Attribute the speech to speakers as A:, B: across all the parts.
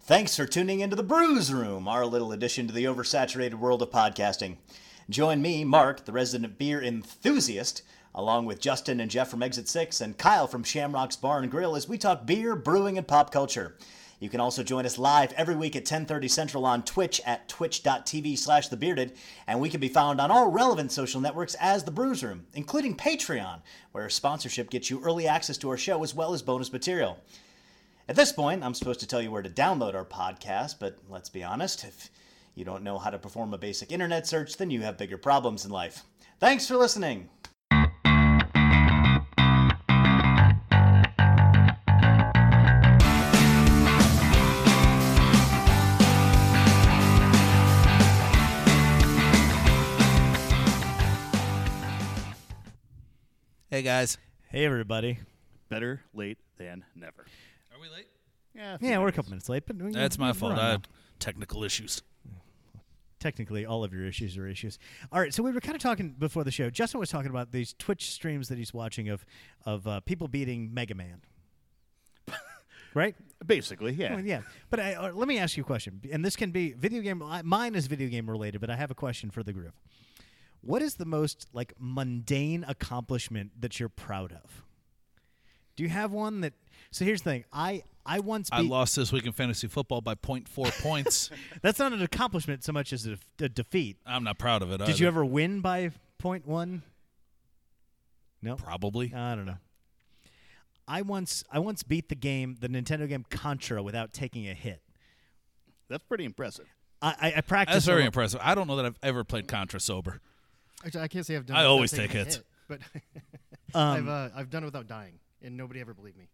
A: Thanks for tuning into the Brews Room, our little addition to the oversaturated world of podcasting. Join me, Mark, the resident beer enthusiast, along with Justin and Jeff from Exit 6 and Kyle from Shamrock's Bar and Grill as we talk beer, brewing, and pop culture. You can also join us live every week at 10:30 Central on Twitch at twitch.tv slash thebearded, and we can be found on all relevant social networks as The Brews Room, including Patreon, where sponsorship gets you early access to our show as well as bonus material. At this point, I'm supposed to tell you where to download our podcast, but let's be honest, if you don't know how to perform a basic internet search, then you have bigger problems in life. Thanks for listening.
B: Hey guys,
C: Hey everybody.
D: Better late than never.
E: Are we late?
D: Yeah.
C: Yeah, we're a couple minutes late, but we-
B: that's my
C: we're
B: fault.
C: on
B: I
C: now.
B: had technical issues.
C: Technically, all of your issues are issues. All right, so we were kind of talking before the show. Justin was talking about these Twitch streams that he's watching of of uh, people beating Mega Man. right?
D: Basically, yeah.
C: Well, yeah. But I, uh, let me ask you a question, and this can be video game. I- Mine is video game related, but I have a question for the group. What is the most like mundane accomplishment that you're proud of? Do you have one that? So here's the thing. I I once beat
B: I lost this week in fantasy football by 0.4 points.
C: That's not an accomplishment so much as a, a defeat.
B: I'm not proud of it.
C: Did you ever win by point one? No,
B: Probably.
C: I don't know. I once I once beat the game, the Nintendo game Contra, without taking a hit.
D: That's pretty impressive.
C: I, I, I practiced.
B: That's
C: a
B: very
C: lot.
B: impressive. I don't know that I've ever played Contra sober.
F: Actually, I can't say I've done.
B: I
F: it without
B: always
F: taking
B: take
F: a
B: it.
F: hit, but
C: Um,
F: I've uh, I've done it without dying, and nobody ever believed me.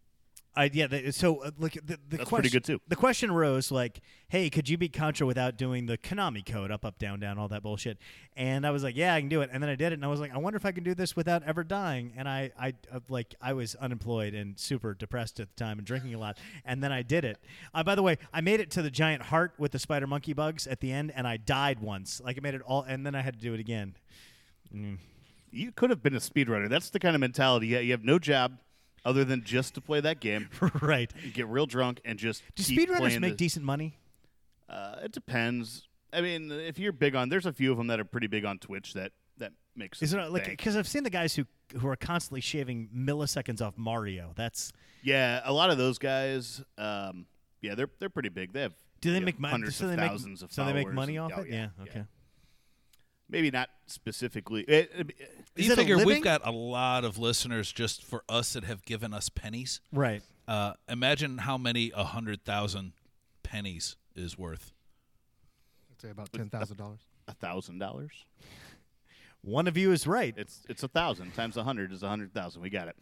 C: I, yeah. The, so uh, look, the, the question,
D: That's pretty good, too.
C: The question arose like, "Hey, could you beat Contra without doing the Konami code up, up, down, down, all that bullshit?" And I was like, "Yeah, I can do it." And then I did it, and I was like, "I wonder if I can do this without ever dying." And I, I uh, like, I was unemployed and super depressed at the time and drinking a lot. And then I did it. Uh, by the way, I made it to the giant heart with the spider monkey bugs at the end, and I died once. Like I made it all, and then I had to do it again.
D: You could have been a speedrunner. That's the kind of mentality. Yeah, you have no job other than just to play that game.
C: right?
D: You get real drunk and just
C: Do
D: keep
C: speedrunners
D: playing
C: make
D: the-
C: decent money?
D: Uh, it depends. I mean, if you're big on, there's a few of them that are pretty big on Twitch that that makes.
C: Is it like
D: bank.
C: because I've seen the guys who who are constantly shaving milliseconds off Mario? That's
D: Yeah, a lot of those guys. Um, yeah, they're they're pretty big. They have.
C: do they
D: you know,
C: make money?
D: Hundreds
C: So
D: of
C: they make
D: thousands of
C: so they make
D: followers
C: money
D: and-
C: off
D: oh,
C: it. Yeah, okay.
D: Maybe not specifically. It, it-
C: Is
B: you
C: it a
B: figure
C: living?
B: we've got a lot of listeners just for us that have given us pennies.
C: Right.
B: Uh, imagine how many a hundred thousand pennies is worth.
F: I'd say about ten thousand dollars.
D: a thousand dollars.
C: One of you is right.
D: It's it's a thousand times a hundred is a hundred thousand. We got it.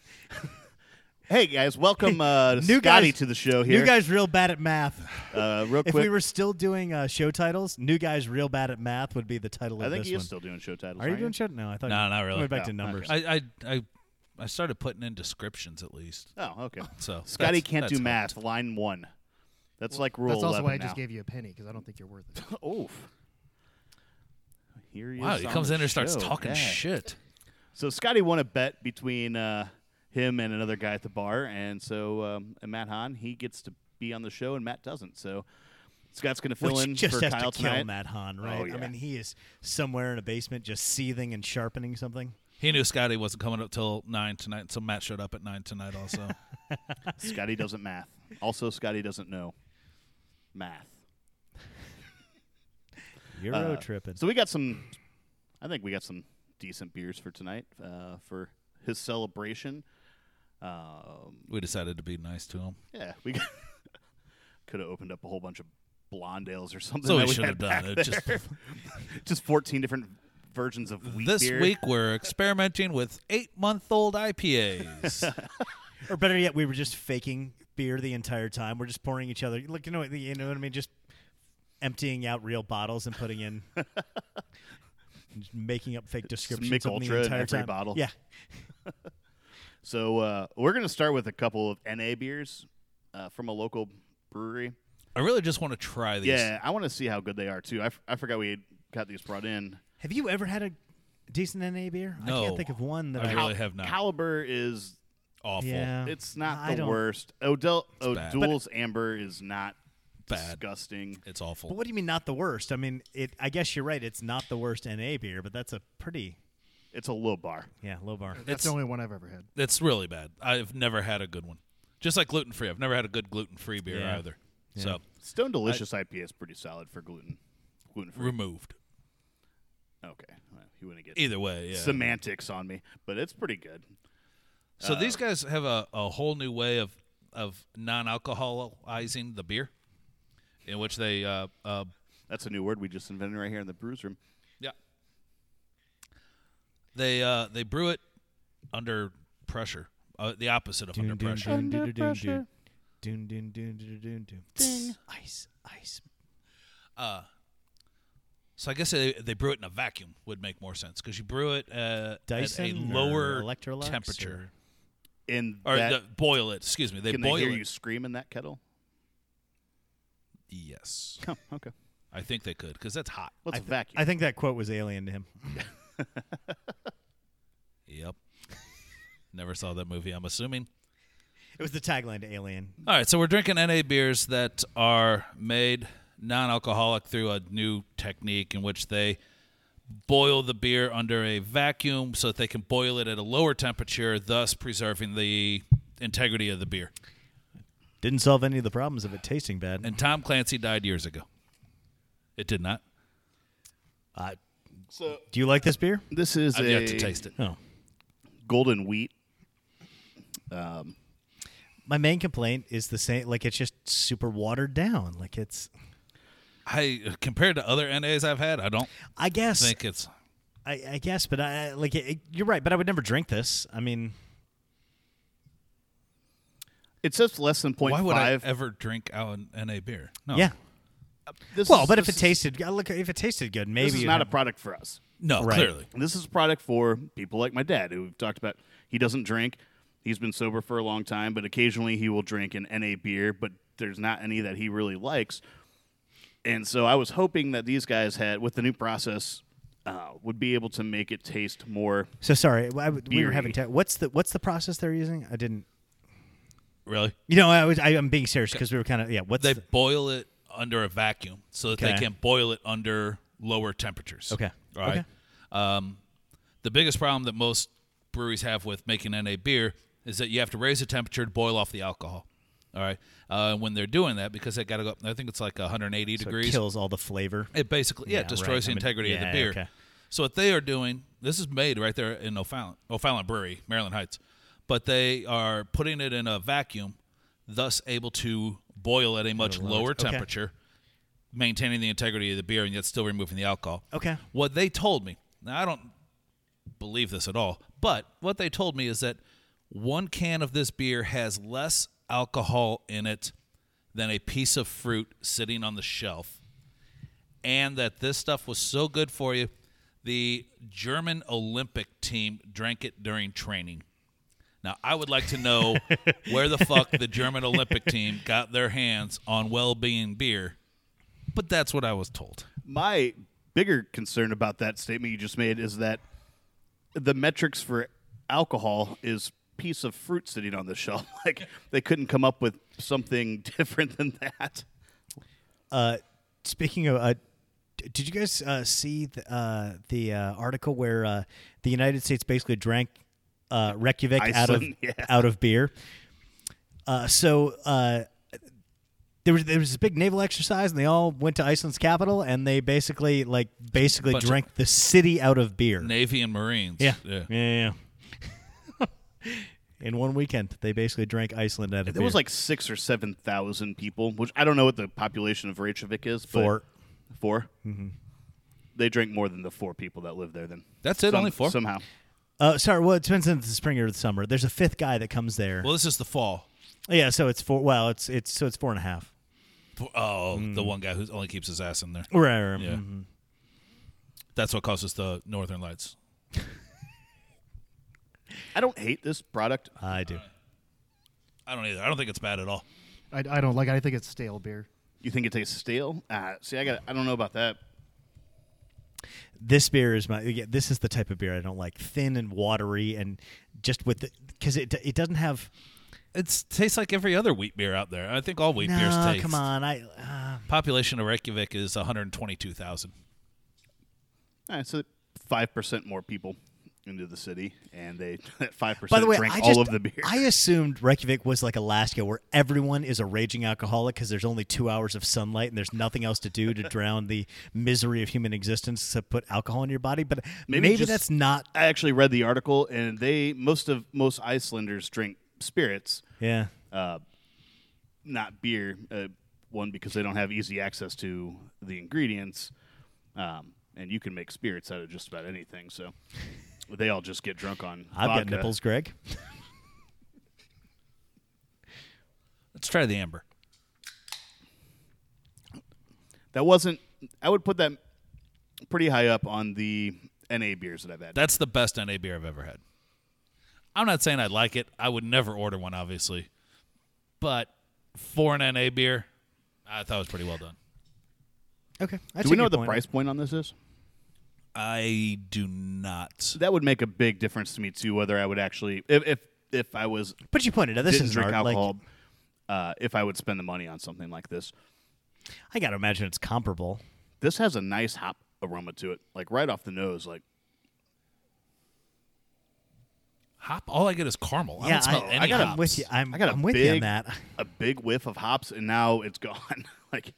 D: hey guys, welcome uh,
C: New
D: Scotty
C: guys-
D: to the show
C: New
D: here.
C: guy's real bad at math.
D: uh, real
C: if
D: quick,
C: we were still doing uh, show titles, new guy's real bad at math would be the title
D: I
C: of
D: think
C: this
D: he is
C: one.
D: still doing show titles.
C: Are you
D: aren't
C: doing show? No, I thought.
B: No, not really.
C: Going back
D: No,
C: to numbers.
B: I I I, I started putting in descriptions at least.
D: Oh, okay.
B: So
D: Scotty
B: that's-
D: can't
B: that's
D: do
B: helped.
D: math. Line one. That's like rule.
F: That's also
D: 11
F: why I
D: now.
F: just gave you a penny because I don't think you're worth it.
D: Oof. Here he
B: Wow,
D: is
B: he
D: on
B: comes
D: the
B: in and starts
D: show.
B: talking
D: Yeah.
B: shit.
D: So Scotty won a bet between uh, him and another guy at the bar, and so um, and Matt Hahn he gets to be on the show, and Matt doesn't. So Scott's going to fill
C: Which
D: in
C: just
D: for
C: has
D: Kyle
C: to kill
D: tonight. Oh,
C: Matt Hahn, right?
D: yeah.
C: I mean, he is somewhere in a basement just seething and sharpening something.
B: He knew Scotty wasn't coming up till nine tonight, so Matt showed up at nine tonight also.
D: Scotty doesn't math. Also, Scotty doesn't know math.
C: Euro
D: Uh,
C: tripping.
D: So we got some. I think we got some decent beers for tonight uh, for his celebration. Um,
B: we decided to be nice to him.
D: yeah, we could have opened up a whole bunch of blonde ales or something.
B: So
D: that
B: we should have
D: had
B: done
D: back
B: it. Just
D: there. Just fourteen different versions of wheat
B: this
D: beer.
B: week we're experimenting with eight month old IPAs.
C: Or better yet, we were just faking beer the entire time. We're just pouring each other. Look, you know, what- you know what I mean. Just emptying out real bottles and putting in, just making up fake descriptions of
D: Mick
C: 'em
D: Ultra
C: the
D: in
C: entire
D: every
C: time.
D: bottle.
C: Yeah,
D: So uh, we're going to start with a couple of NA beers uh, from a local brewery.
B: I really just want to try these.
D: Yeah, I want to see how good they are too. I, f- I forgot we had got these brought in.
C: have you ever had a decent NA beer? I
B: No.
C: can't think of one that
B: I
C: I.
B: really have not.
D: Caliber is
B: Awful.
C: yeah,
D: It's not
C: Oh, I
D: the
C: don't-
D: worst. Odell
B: It's bad.
D: O'Doul's Amber is not
B: bad.
D: disgusting.
B: It's awful.
C: But what do you mean not the worst? I mean, it. I guess you're right. It's not the worst NA beer, but that's a pretty
D: It's a low bar.
C: yeah low bar.
F: That's the only one I've ever had.
B: It's really bad. I've never had a good one. Just like gluten free, I've never had a good gluten free beer
C: Yeah.
B: either. So
D: Stone Delicious IPA is pretty solid for gluten. Gluten free.
B: removed.
D: Okay, well, you wouldn't get
B: Either way, yeah.
D: semantics on me, but it's pretty good. uh,
B: so these guys have a, a whole new way of of non alcoholizing the beer, in which they uh, uh,
D: That's a new word we just invented right here in the brews room.
B: yeah they uh, they brew it under pressure. Uh, the opposite of under pressure.
C: Under pressure. Dun, dun, dun, dun, dun, dun. Ice, ice.
B: So I guess they, they brew it in a vacuum would make more sense because you brew it uh, at a
C: Dyson or
B: lower
C: Electrolux
B: temperature
D: In
B: or,
D: that,
B: the- boil it. Excuse me, they
D: can they
B: boil
D: hear
B: it.
D: you scream in that kettle?
B: Yes,
D: Oh, okay.
B: I think they could because that's hot.
D: What's
C: I,
D: a
C: th-
D: vacuum?
C: I think that quote was alien to him.
B: Yep. Never saw that movie. I'm assuming.
C: It was the tagline to Alien.
B: All right, so we're drinking NA beers that are made non-alcoholic through a new technique in which they boil the beer under a vacuum so that they can boil it at a lower temperature, thus preserving the integrity of the beer.
C: Didn't solve any of the problems of it tasting bad.
B: And Tom Clancy died years ago. It did not.
C: uh,
D: so
C: do you like this beer?
D: this is
B: I've
D: a
B: yet to taste it.
C: No.
D: golden wheat.
C: My main complaint is the same. Like it's just super watered down. Like it's.
B: I compared to other NAs I've had, I don't
C: I guess.
B: think it's
C: I, I guess, but I I- like it, it- you're right. But I would never drink this. I mean,
D: It says less than 0.5.
B: why would I ever drink out an NA beer? No.
C: yeah.
D: This
C: Well,
D: is-
C: but if it
D: this is-
C: tasted, I look, if it tasted good, maybe
D: this is
C: you'd
D: not a
C: have-
D: product for us.
B: No,
C: Right.
B: clearly.
D: This is a product for people like my dad, who we've talked about. He doesn't drink. He's been sober for a long time, but occasionally he will drink an NA beer, but there's not any that he really likes. And so I was hoping that these guys had, with the new process, uh, would be able to make it taste more.
C: So sorry, I would- we were
D: Beery.
C: having. Te- what's the what's the process they're using? I didn't.
B: Really?
C: You know, I was. I, I'm being serious because we were kind of. Yeah. What's
B: They
C: the-
B: boil it under a vacuum so that
C: Okay.
B: they can boil it under lower temperatures.
C: Okay.
B: All right.
C: Okay.
B: Um, the biggest problem that most breweries have with making NA beer is that you have to raise the temperature to boil off the alcohol. All right. Uh, when they're doing that, because they got to go, up- I think it's like 180
C: so
B: degrees.
C: it kills all the flavor.
B: It basically, yeah,
C: Yeah,
B: it destroys
C: right. I
B: the
C: mean,
B: integrity
C: yeah,
B: of the beer.
C: okay.
B: So what they are doing, this is made right there in O'Fallon, O'Fallon Brewery, Maryland Heights, but they are putting it in a vacuum, thus able to boil at a much lower
C: okay.
B: temperature, maintaining the integrity of the beer and yet still removing the alcohol.
C: Okay.
B: What they told me, now I don't believe this at all, but what they told me is that one can of this beer has less alcohol in it than a piece of fruit sitting on the shelf and that this stuff was so good for you. The German Olympic team drank it during training. Now, I would like to know where the fuck the German Olympic team got their hands on well being beer, but that's what I was told.
D: My bigger concern about that statement you just made is that the metrics for alcohol is piece of fruit sitting on the shelf. Like they couldn't come up with something different than that.
C: Uh, speaking of, uh, d- did you guys uh, see the, uh, the uh, article where uh, the United States basically drank uh, Reykjavik
D: Iceland,
C: out of
D: yeah.
C: out of beer? Uh, so uh, there was there was this big naval exercise, and they all went to Iceland's capital, and they basically like basically
B: Bunch of-
C: drank the city out of beer.
B: Navy and Marines.
C: Yeah.
B: yeah.
C: Yeah. yeah, yeah. In one weekend, they basically drank Iceland out of
D: There was
C: beer.
D: like six or seven thousand people, which I don't know what the population of Reykjavik is. but-
C: Four.
D: Four. Mm-hmm. They drank more than the four people that live there. Then
B: That's it,
D: Some-
B: only four?
D: Somehow,
C: Uh, sorry, well, it depends on the spring or the summer. There's a fifth guy that comes there.
B: Well, this is the fall.
C: yeah, so it's four. Well, it's it's so it's four and a half.
B: Oh, the one guy who only keeps his ass in there.
C: Right. right, right.
B: Yeah. That's what causes the Northern Lights.
D: I don't hate this product.
C: I do.
B: I don't either. I don't think it's bad at all.
F: I, I don't like. it. I think it's stale beer.
D: You think it tastes stale? Ah, see, I got. I don't know about that.
C: This beer is my. Yeah, this is the type of beer I don't like. Thin and watery, and just with the because it it doesn't have.
B: It tastes like every other wheat beer out there. I think all wheat beers
C: Nah,
B: taste.
C: come on, I. Uh,
B: Population of Reykjavik is 122,000.
D: Eh, so five percent more people into the city, and they five percent.
C: By the way,
D: drank
C: I
D: all
C: just
D: of the beer.
C: I assumed Reykjavik was like Alaska, where everyone is a raging alcoholic because there's only two hours of sunlight and there's nothing else to do to drown the misery of human existence except put alcohol in your body. But maybe,
D: just-
C: that's not.
D: I actually read the article, and they most of most Icelanders drink spirits,
C: Yeah,
D: not beer. Uh, one because they don't have easy access to the ingredients, um, and you can make spirits out of just about anything. So they all just get drunk on.
C: I've
D: vodka.
C: got nipples, Greg.
B: Let's try the amber.
D: That wasn't. I would put that pretty high up on the NA beers that I've had.
B: That's the best NA beer I've ever had. I'm not saying I like it. I would never order one, obviously. But for an NA beer, I thought it was pretty well done.
C: Okay, I
D: Do
C: take
D: we know
C: your
D: what the
C: point.
D: price point on this is?
B: I do not.
D: That would make a big difference to me too. Whether I would actually, if if, if I was
C: But you pointed out this
D: didn't
C: is
D: drink
C: art. like,
D: alcohol, uh, if I would spend the money on something like this,
C: I gotta imagine it's comparable.
D: this has a nice hop aroma to it, like right off the nose. Like
B: Hop. All I get is caramel. I
C: yeah,
B: don't smell
C: I,
B: any
C: I got
B: hops.
C: I'm with you. I'm,
D: I got a
C: I'm with
D: big,
C: you on that.
D: a big whiff of hops, and now it's gone. like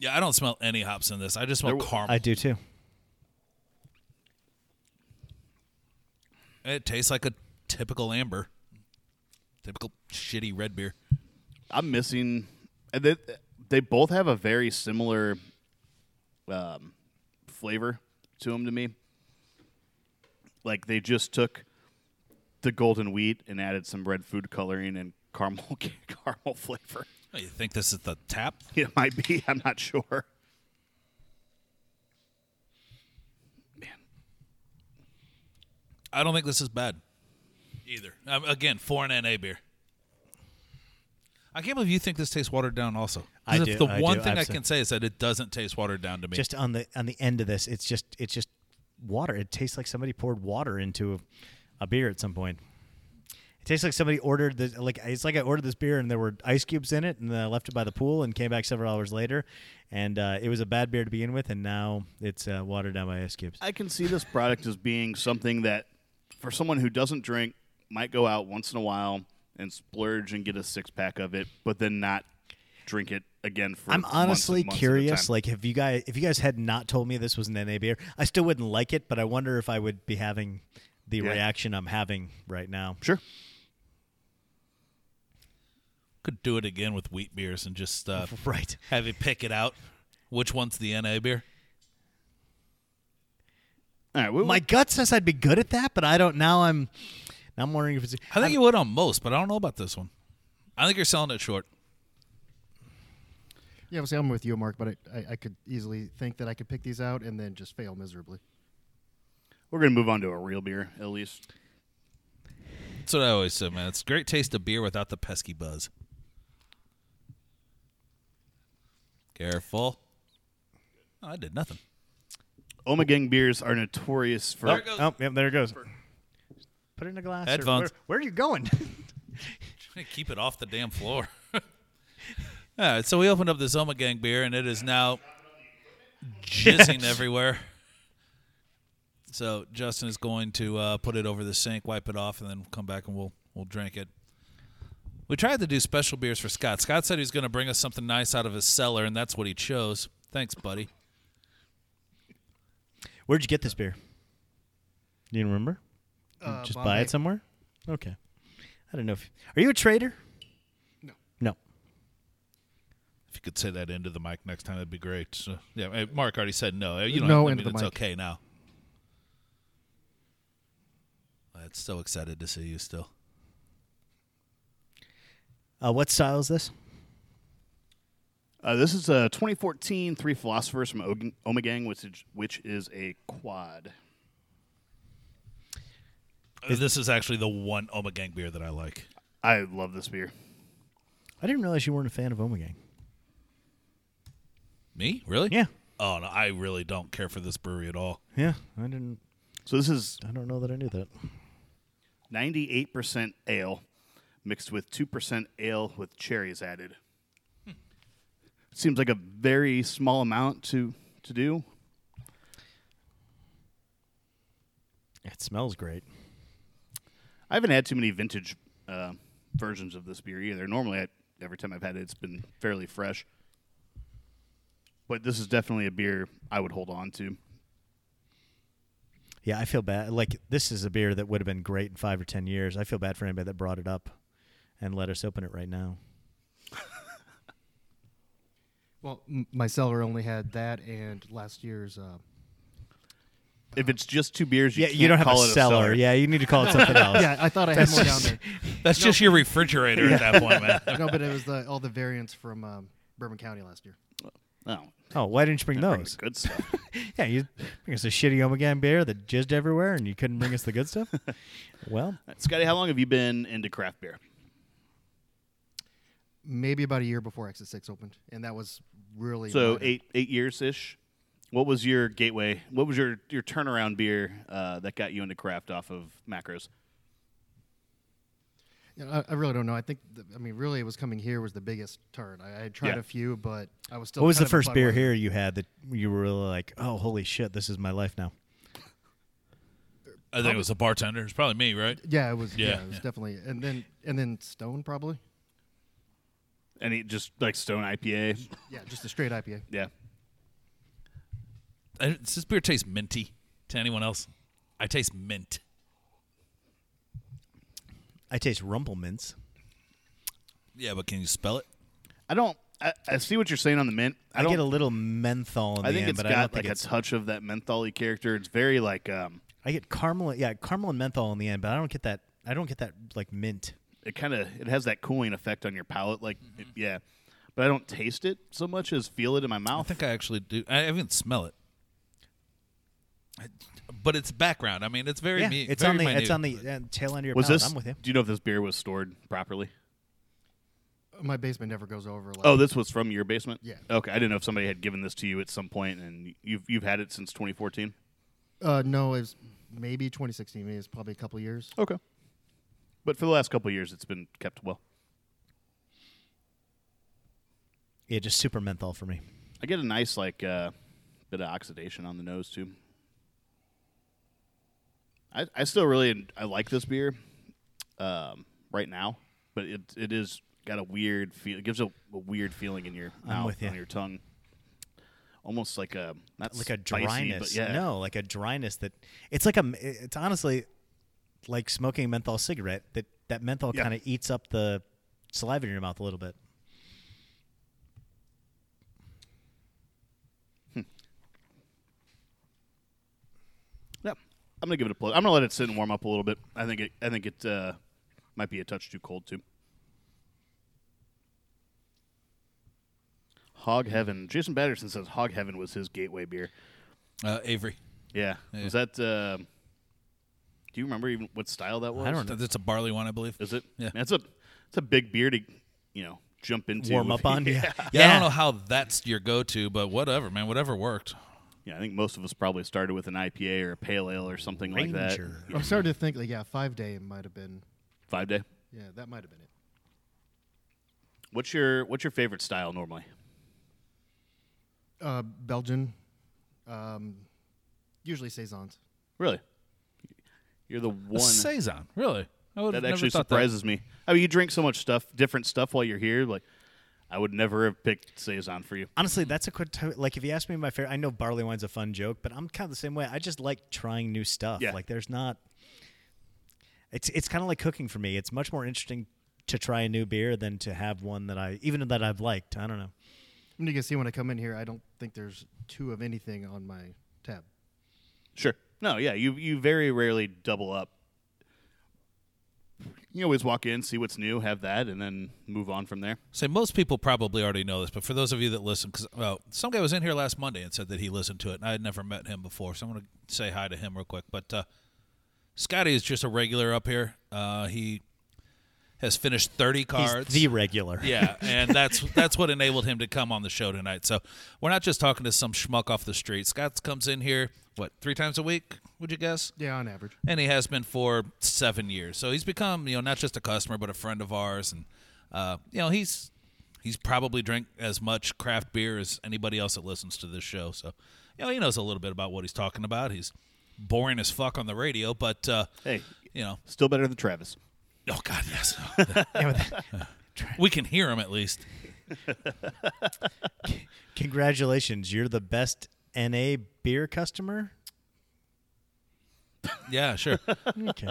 B: Yeah, I don't smell any hops in this. I just smell
D: There w-
B: caramel.
C: I do too.
B: It tastes like a typical amber, typical shitty red beer.
D: I'm missing. and They, they both have a very similar um, flavor to them to me. Like they just took the golden wheat and added some red food coloring and caramel caramel flavor.
B: Oh, You think this is the tap?
D: It might be. I'm not sure.
B: I don't think this is bad either. Um, again, for an NA beer. I can't believe you think this tastes watered down. Also, 'Cause
C: I
B: if
C: do,
B: the
C: I
B: one
C: do,
B: thing I
C: absolutely.
B: can say is that it doesn't taste watered down to me.
C: Just on the on the end of this, it's just it's just water. It tastes like somebody poured water into a, a beer at some point. It tastes like somebody ordered the like it's like I ordered this beer and there were ice cubes in it and then I left it by the pool and came back several hours later, and uh, it was a bad beer to begin with and now it's uh, watered down by ice cubes.
D: I can see this product as being something that, for someone who doesn't drink, might go out once in a while and splurge and get a six pack of it, but then not drink it again for.
C: I'm
D: months and
C: honestly
D: months at a
C: curious.
D: time.
C: Like, if you guys if you guys had not told me this was an NA beer, I still wouldn't like it. But I wonder if I would be having the
D: Yeah.
C: reaction I'm having right now.
D: sure,
B: Could do it again with wheat beers and just uh,
C: Right.
B: have you pick it out. Which one's the NA beer?
D: all right, we,
C: My gut says I'd be good at that, but I don't. Now I'm. Now I'm wondering if it's.
B: I think you would on most, but I don't know about this one. I think you're selling it short.
F: Yeah, obviously I'm with you, Mark, but I, I, I could easily think that I could pick these out and then just fail miserably.
D: we're gonna move on to a real beer at least.
B: That's what I always say, man. It's great taste of beer without the pesky buzz. Careful. Oh, I did nothing.
D: Omegang beers are notorious for.
B: There it goes.
C: Oh, yep, there it goes. Put it in a glass. or
B: Headphones.
C: Where, where are you going?
B: Keep it off the damn floor. All right, so we opened up this Omegang beer, and it is now jizzing everywhere. So Justin is going to uh, put it over the sink, wipe it off, and then come back and we'll we'll drink it. We tried to do special beers for Scott. Scott said he was going to bring us something nice out of his cellar, and that's what he chose. Thanks, buddy.
C: Where'd you get this beer? Do you remember? You
F: Uh,
C: Just buy
F: Bombay.
C: it somewhere. Okay. I don't know if. Are you a trader?
F: No.
C: No.
B: If you could say that into the mic next time, that'd be great. So, yeah, eh, Mark already said no. Eh, You don't
F: No
B: have, I
F: into
B: mean,
F: the
B: it's
F: mic.
B: okay now. That's so excited to see you still.
C: Uh, what style is this?
D: Uh, this is a 2014 Three Philosophers from Og- Omegang, which is, which is a quad.
B: This is actually the one Omegang beer that I like.
D: I love this beer.
C: I didn't realize you weren't a fan of Omegang.
B: Me? Really?
C: Yeah.
B: Oh, no, I really don't care for this brewery at all.
C: Yeah, I didn't.
D: So this is
C: I don't know that I knew that.
D: 98% ale mixed with 2% ale with cherries added. seems like a very small amount to to do.
C: It smells great.
D: I haven't had too many vintage uh, versions of this beer either. Normally, I, every time I've had it, it's been fairly fresh. But this is definitely a beer I would hold on to.
C: Yeah, I feel bad. Like this is a beer that would have been great in five or ten years. I feel bad for anybody that brought it up and let us open it right now.
F: Well, m- my cellar only had that and last year's. Uh,
D: If it's just two beers, you
C: yeah,
D: can't
C: you don't have a
D: call
C: cellar.
D: it cellar.
C: Yeah, you need to call it something else.
F: yeah, I thought I had more down there.
B: That's just your refrigerator at that point, man.
F: No, but it was the all the variants from um, Bourbon County last year.
D: Oh,
C: Oh, why didn't you bring
D: bring the
C: those?
D: good stuff.
C: Yeah, you bring us a shitty Omegan beer that jizzed everywhere, and you couldn't bring us the good stuff. well,
D: Scotty, how long have you been into craft beer?
F: Maybe about a year before Exit Six opened, and that was really
D: So
F: minor.
D: eight eight years ish. What was your gateway? What was your your turnaround beer uh, that got you into craft off of macros?
F: Yeah, I, I really don't know. I think the, I mean, really, it was coming here was the biggest turn. I, I tried
D: Yeah.
F: a few, but I was still.
C: what was
F: kind
C: the
F: of a
C: first beer
F: Budweiser.
C: here you had that you were really like, oh, holy shit, this is my life now?
B: I think it was a bartender. It's probably me, right?
F: Yeah, it was. Yeah,
B: Yeah,
F: it was
B: yeah.
F: definitely. And then and then Stone probably.
D: Any just like Stone IPA?
F: Yeah, just a straight IPA.
D: Yeah.
B: I- Uh, Does this beer taste minty to anyone else? I taste mint.
C: I taste rumple mints.
B: Yeah, but can you spell it?
D: I don't. I, I see what you're saying on the mint. I,
C: I,
D: don't.
C: get a little menthol in
D: I
C: the
D: think
C: end,
D: it's
C: but I don't
D: got
C: think
D: like a
C: it's.
D: touch of that mentholy character. It's very like um,
C: I get caramel, yeah, caramel and menthol in the end, but I don't get that. I don't get that like mint.
D: it kind of it has that cooling effect on your palate. Like
C: Mm-hmm.
D: it- yeah, but I don't taste it so much as feel it in my
B: I
D: mouth.
B: think I actually do. I even smell it. I- But it's background. I mean, it's very
C: yeah,
B: me-
C: it's
B: very
C: on the
B: minute.
C: it's on the uh, tail end of your
D: was
C: palate.
D: this?
C: I'm with you.
D: Do you know if this beer was stored properly?
F: My basement never goes over. Like,
D: Oh, this was from your basement.
F: Yeah.
D: Okay, I didn't know if somebody had given this to you at some point, and you've you've had it since 2014.
F: uh, no, it was maybe 2016. Maybe it's probably a couple years.
D: Okay. But for the last couple of years, it's been kept well.
C: Yeah, just super menthol for me.
D: I get a nice like uh, bit of oxidation on the nose too. I, I still really I like this beer um, right now, but it it is got a weird feel. It gives a, a weird feeling in your mouth
C: with ya.
D: on your tongue, almost like a not
C: like a
D: spicy,
C: dryness.
D: But yeah,
C: No, like a dryness that it's like a it's honestly like smoking a menthol cigarette that that menthol
D: Yeah.
C: kind of eats up the saliva in your mouth a little bit.
D: Yeah. I'm gonna give it a plug. I'm gonna let it sit and warm up a little bit. I think it. I think it uh, might be a touch too cold too. Hog Heaven. Jason Batterson says Hog Heaven was his gateway beer.
B: uh, Avery.
D: Yeah. Was that? Uh, do you remember even what style that was?
C: I don't know.
B: It's a barley one, I believe.
D: Is it?
B: Yeah.
D: That's a. It's a big beer to, you know, jump into.
C: Warm
D: with-
C: up on yeah.
B: Yeah, I don't know how that's your go-to, but whatever, man. Whatever worked.
D: Yeah, I think most of us probably started with an IPA or a pale ale or something like that.
C: Ranger.
F: I'm starting to think like yeah, five day might have been.
D: Five day.
F: Yeah, that might have been it.
D: What's your What's your favorite style normally?
F: Uh, Belgian, um, usually saisons.
D: Really? You're the
B: A
D: one.
B: saison, really? I would
D: that
B: have
D: actually
B: never thought
D: surprises me. I mean, you drink so much stuff, different stuff while you're here. Like, I would never have picked saison for you.
C: Honestly, that's a good t- like if you ask me my favorite I know barley wine's a fun joke, but I'm kind of the same way. I just like trying new stuff.
D: Yeah.
C: Like there's not It's it's kind of like cooking for me. It's much more interesting to try a new beer than to have one that I even that I've liked. I don't know.
F: And you can see when I come in here, I don't think there's two of anything on my tab.
D: Sure. No, yeah, you you very rarely double up. You always walk in, see what's new, have that, and then move on from there.
B: Say most people probably already know this, but for those of you that listen, because well, some guy was in here last Monday and said that he listened to it, and I had never met him before, so I'm going to say hi to him real quick. But uh, Scotty is just a regular up here. Uh, he has finished 30 cards.
C: He's the regular.
B: yeah, and that's that's what enabled him to come on the show tonight. So we're not just talking to some schmuck off the street. Scott comes in here what three times a week? Would you guess?
F: Yeah, on average.
B: and he has been for seven years. So he's become, you know, not just a customer but a friend of ours, and uh, you know, he's He's probably drank as much craft beer as anybody else that listens to this show. So, you know, he knows a little bit about what he's talking about. He's boring as fuck on the radio, but uh,
D: Hey,
B: you know,
D: still better than Travis.
B: oh god, yes,
C: Yeah, but-
B: we can hear him at least.
C: Congratulations, you're the best NA beer customer.
B: Yeah, sure.
C: Okay.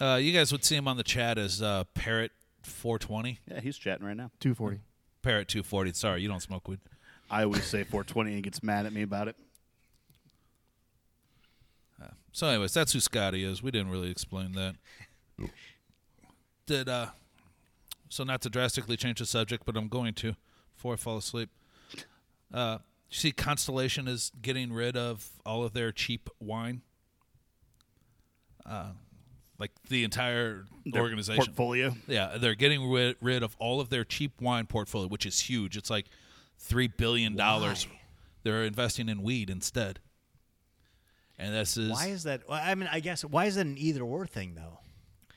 B: Uh, you guys would see him on the chat as uh, Parrot 420,
D: Yeah, he's chatting right now.
F: 240.
B: Parrot 240. Sorry, you don't smoke weed.
D: I always say 420 and he gets mad at me about it.
B: So, anyways, that's who Scotty is. We didn't really explain that. Did uh, so not to drastically change the subject, but I'm going to before I fall asleep. Uh, you see, Constellation is getting rid of all of their cheap wine. Uh, like the entire
D: Their
B: organization.
D: portfolio.
B: Yeah, they're getting rid, rid of all of their cheap wine portfolio, which is huge. It's like three billion dollars. They're investing in weed instead. And this is,
C: Why is that? Well, I mean, I guess why is it an either or thing though?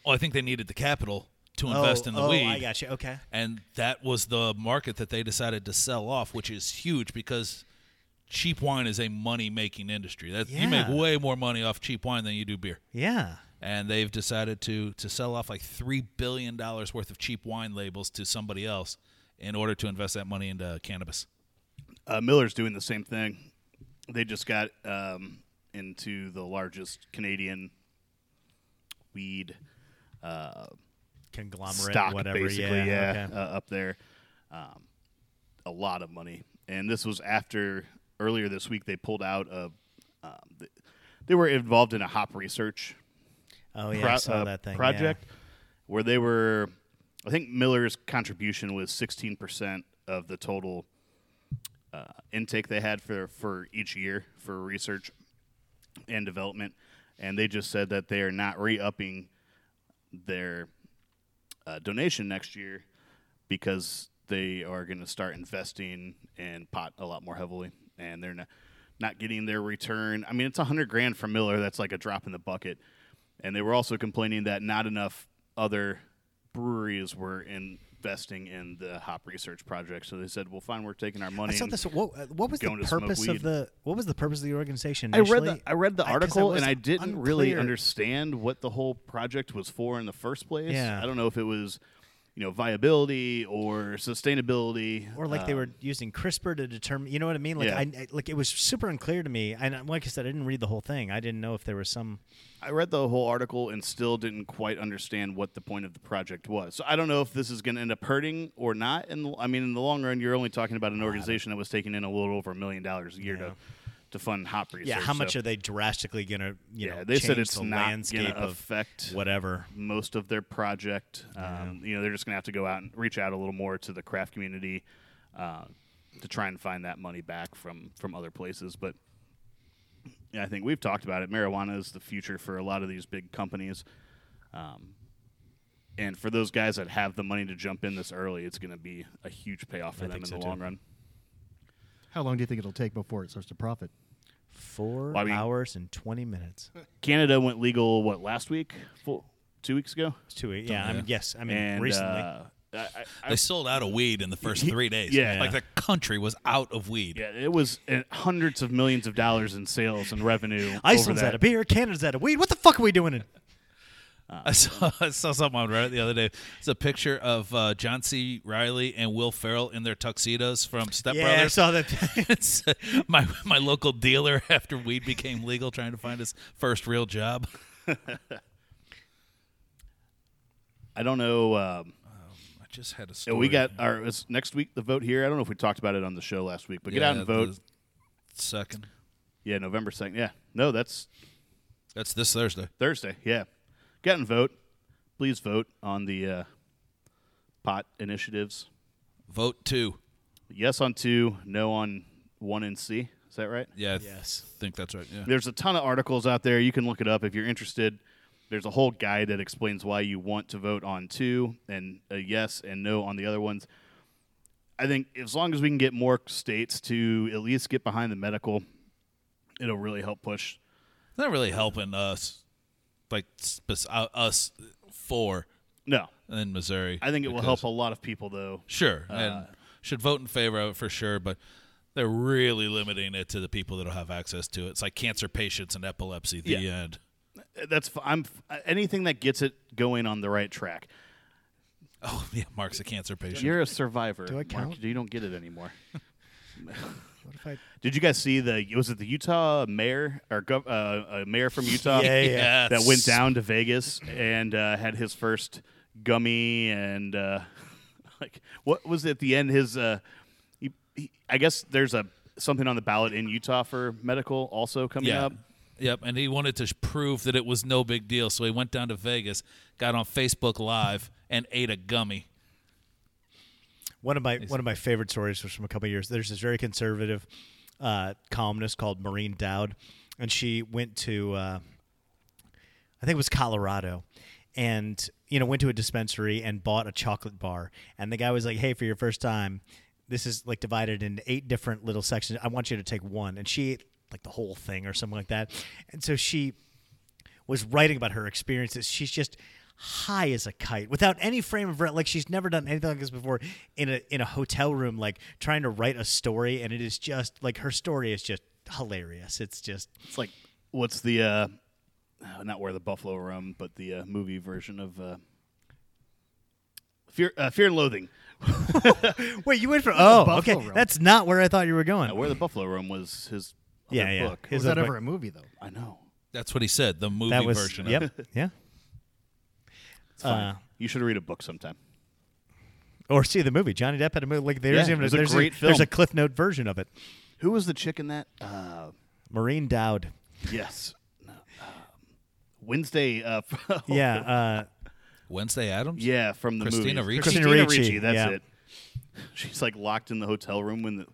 B: oh, I think they needed the capital to invest
C: oh,
B: in the
C: oh,
B: weed.
C: I got you. Okay.
B: And that was the market that they decided to sell off, which is huge because cheap wine is a money making industry. That you make
C: Yeah.
B: way more money off cheap wine than you do beer.
C: Yeah.
B: and they've decided to to sell off like three billion dollars worth of cheap wine labels to somebody else in order to invest that money into cannabis.
D: Uh, Miller's doing the same thing. They just got um, into the largest Canadian weed uh,
C: Conglomerate,
D: stock,
C: whatever.
D: basically,
C: yeah.
D: yeah,
C: Okay.
D: uh, up there. Um, a lot of money, and this was after earlier this week they pulled out of. Um, th- they were involved in a hop research
C: oh yeah, I
D: pro-
C: saw
D: uh,
C: that thing. yeah.
D: project where they were i think miller's contribution was 16% of the total uh, intake they had for, for each year for research and development and they just said that they are not re-upping their uh, donation next year because they are going to start investing in pot a lot more heavily and they're not, not getting their return i mean it's a 100 grand for miller that's like a drop in the bucket and they were also complaining that not enough other breweries were investing in the hop research project so they said well fine we're taking our money
C: I saw
D: and-
C: this. What, uh, what was the
D: going to smoke
C: purpose
D: weed.
C: of the? What was the purpose of the organization?
D: I read the
C: initially?
D: I read the
C: 'cause
D: article
C: was
D: and I didn't really
C: unclear.
D: understand what the whole project was for in the first place.
C: Yeah.
D: I don't know if it was, you know, viability or sustainability
C: or like
D: uh,
C: they were using CRISPR to determine. You know what I mean? Like,
D: Yeah.
C: I, I- like it was super unclear to me. And uh, like I said, I didn't read the whole thing. I didn't know if there was some.
D: I read the whole article and still didn't quite understand what the point of the project was. So I don't know if this is going to end up hurting or not. And I mean, in the long run, you're only talking about an organization that was taking in a little over a million dollars a year to to fund hop research.
C: Yeah, how much
D: So,
C: are they drastically gonna? You
D: yeah,
C: know,
D: they said
C: change
D: it's
C: the
D: not gonna
C: landscape of
D: affect
C: whatever.
D: most of their project. Um, You know, they're just going to have to go out and reach out a little more to the craft community uh, to try and find that money back from from other places. But yeah, I think we've talked about it. Marijuana is the future for a lot of these big companies. Um, and for those guys that have the money to jump in this early, it's going to be a huge payoff for
C: I
D: them in
C: think
D: the
C: so, too.
D: long run.
F: How long do you think it'll take before it starts to profit?
C: Four
D: Well, I mean-
C: hours and twenty minutes.
D: Canada went legal what last week, Four, two weeks ago,
C: It's too. Yeah, I
B: yeah.
C: mean, yes, I mean
D: and
C: recently.
D: uh, I, I, I
B: They sold out of weed in the first three days.
D: Yeah.
B: like the country was out of weed.
D: Yeah, it was uh, hundreds of millions of dollars in sales and revenue.
C: Iceland's
D: over
C: out
D: that.
C: of beer. Canada's out of weed. What the fuck are we doing? In?
B: I saw I saw something on Reddit the other day. It's a picture of uh, John C. Riley and Will Ferrell in their tuxedos from Step
C: yeah, I
B: Brothers.
C: saw that.
B: it's uh, my my local dealer after weed became legal, trying to find his first real job.
D: I don't know. Um,
B: I just had a
D: yeah,
B: story.
D: we got our it's next week the vote here. I don't know if we talked about it on the show last week, but get out
B: Yeah,
D: and vote.
B: the Second,
D: Yeah, November second. Yeah, no, that's
B: that's this Thursday.
D: Thursday. Yeah, get out and vote. Please vote on the uh, pot initiatives.
B: Vote two.
D: Yes on two, no on one and C. Is that right?
B: Yeah, I
C: Yes.
B: think that's right. Yeah.
D: There's a ton of articles out there. You can look it up if you're interested. There's a whole guide that explains why you want to vote on two and a yes and no on the other ones. I think as long as we can get more states to at least get behind the medical, it'll really help push.
B: It's not really helping us, like spec- uh, us four
D: No,
B: in Missouri.
D: I think it will Uh,
B: because-
D: help a lot of people though.
B: Sure, and should vote in favor of it for sure, but they're really limiting it to the people that'll have access to it. It's like cancer patients and epilepsy. The
D: Yeah.
B: end.
D: That's f- I'm f- anything that gets it going on the right track.
B: Oh yeah, Mark's a cancer patient.
D: You're a survivor.
F: Do I count?
D: Mark, you don't get it anymore.
F: What if I?
D: Did you guys see the? Was it the Utah mayor or gov- uh, a mayor from Utah
C: Yeah, yeah,
B: yeah.
D: that went
B: Yes.
D: down to Vegas and uh, had his first gummy and uh, like what was at the end his? Uh, he, he, I guess there's a something on the ballot in Utah for medical also coming
B: yeah.
D: up.
B: Yep, and he wanted to sh- prove that it was no big deal, so he went down to Vegas, got on Facebook Live, and ate a gummy.
C: One of my one of my favorite stories was from a couple of years. There's this very conservative uh, columnist called Maureen Dowd, and she went to uh, I think it was Colorado, and you know went to a dispensary and bought a chocolate bar, and the guy was like, "Hey, for your first time, this is like divided into eight different little sections. I want you to take one," and she ate like the whole thing or something like that, and so she was writing about her experiences. She's just high as a kite without any frame of re- like she's never done anything like this before in a in a hotel room like trying to write a story and it is just like her story is just hilarious. It's just
D: It's like what's the uh, not where the buffalo rum, but the uh, movie version of uh, fear, uh, fear and loathing.
C: Wait, you went for Oh, okay.
F: Buffalo Room.
C: That's not where I thought you were going.
D: Uh, where the buffalo rum was his other
C: yeah, yeah.
D: book.
C: His
F: was that
C: other-
F: ever a movie though?
D: I know.
B: That's what he said. The movie
C: that was
B: version. Of it.
C: Yep. yeah.
D: fine.
C: Uh,
D: You should read a book sometime.
C: or see the movie. Johnny Depp had a movie like there's
D: Yeah,
C: even
D: it was a
C: there's
D: great
C: there's
D: film.
C: a cliff note version of it.
D: Who was the chick in that? Uh,
C: Maureen Dowd.
D: yes. No, um, Wednesday. Uh, from-
C: Yeah, uh,
B: Wednesday Adams.
D: yeah, from the
B: Christina
D: movie.
B: Ricci?
D: Christina,
C: Christina
D: Ricci.
C: Ricci,
D: That's
C: yeah.
D: it. She's like locked in the hotel room when the,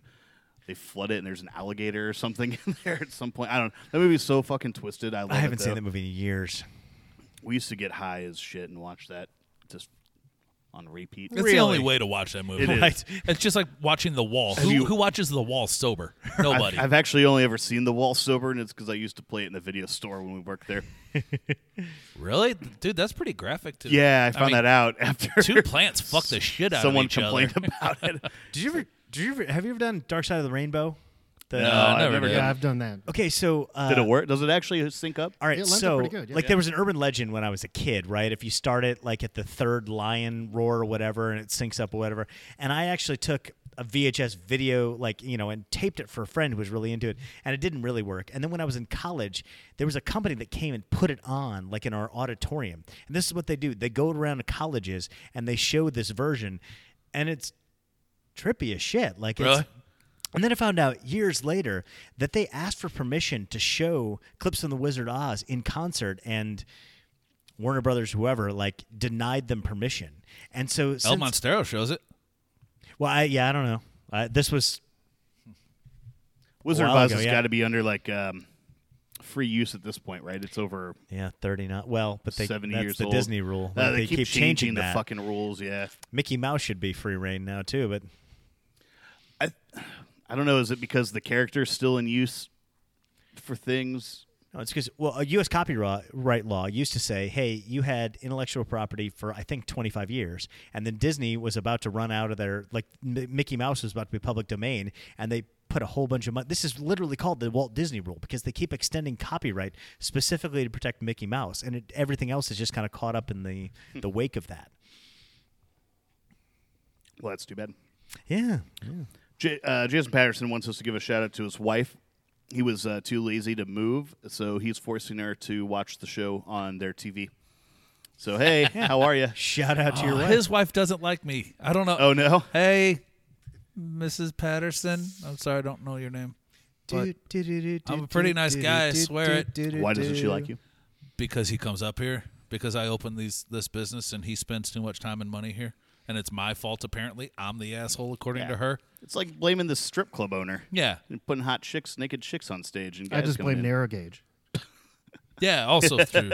D: they flood it, and there's an alligator or something in there at some point. I don't. know. That movie's so fucking twisted. I love
C: I haven't
D: it,
C: seen
D: though.
C: that movie in years.
D: We used to get high as shit and watch that just on repeat.
B: It's the only
C: Really?
B: way to watch that movie.
D: It is.
C: Right.
B: It's just like watching The Wall. Who,
D: you-
B: who watches The Wall sober? Nobody.
D: I've actually only ever seen The Wall sober, and it's because I used to play it in the video store when we worked there.
B: really, dude, that's pretty graphic. To
D: Yeah, I found that out after
B: Two plants fuck the shit out
D: someone
B: of each
D: complained
B: other.
D: about it.
C: Did you ever? Did you ever? Have you ever done Dark Side of the Rainbow? The-
D: Oh,
B: No,
D: I've
B: I never,
D: never
B: did.
F: Yeah, I've done that.
C: Okay, so uh,
D: Did it work? Does it actually sync up?
C: All right,
F: It lines up
C: so
F: pretty good, yeah.
C: like there was an urban legend when I was a kid, right? If you start it like at the third lion roar or whatever, and it syncs up or whatever. And I actually took a VHS video, like you know, and taped it for a friend who was really into it, and it didn't really work. And then when I was in college, there was a company that came and put it on, like in our auditorium. And this is what they do: they go around to colleges and they show this version, and it's trippy as shit. Like it's,
B: Really?
C: and then I found out years later that they asked for permission to show clips from The Wizard of Oz in concert, and Warner Brothers, whoever, like denied them permission. And so, since,
B: El Monstero shows it.
C: well, I, yeah, I don't know. Uh, this was
D: Wizard of
C: while
D: Oz
C: ago,
D: has
C: yeah.
D: got to be under like um, free use at this point, right? It's over
C: yeah thirty nine. Well, but they
D: seventy
C: that's
D: years
C: the
D: old.
C: Disney rule.
D: Uh,
C: Like,
D: they, keep, changing, the
C: that.
D: fucking rules. Yeah,
C: Mickey Mouse should be free reign now too, but
D: I don't know. Is it because the character's still in use for things?
C: No, it's because well, a U.S. copyright right law used to say, "Hey, you had intellectual property for I think 25 years, and then Disney was about to run out of their like M- Mickey Mouse was about to be public domain, and they put a whole bunch of money. This is literally called the Walt Disney Rule because they keep extending copyright specifically to protect Mickey Mouse, and it, everything else is just kind of caught up in the the wake of that.
D: Well, that's too bad.
C: Yeah,
D: J- uh, Jason Patterson wants us to give a shout out to his wife. He was uh, too lazy to move, so he's forcing her to watch the show on their TV. So hey, how are you?
C: shout out to your wife.
B: Oh, His wife doesn't like me. I don't know.
D: Oh no.
B: Hey, Mrs. Patterson. I'm sorry, I don't know your name. But I'm a pretty nice guy, I swear it.
D: Why doesn't she like you?
B: Because he comes up here. Because I opened these this business and he spends too much time and money here. And it's my fault apparently. I'm the asshole according
D: Yeah.
B: to her.
D: It's like blaming the strip club owner.
B: Yeah.
D: And putting hot chicks, naked chicks on stage, and
F: I
D: guys
F: just
D: coming
F: blame
D: in.
F: narrow gauge.
B: Yeah, also through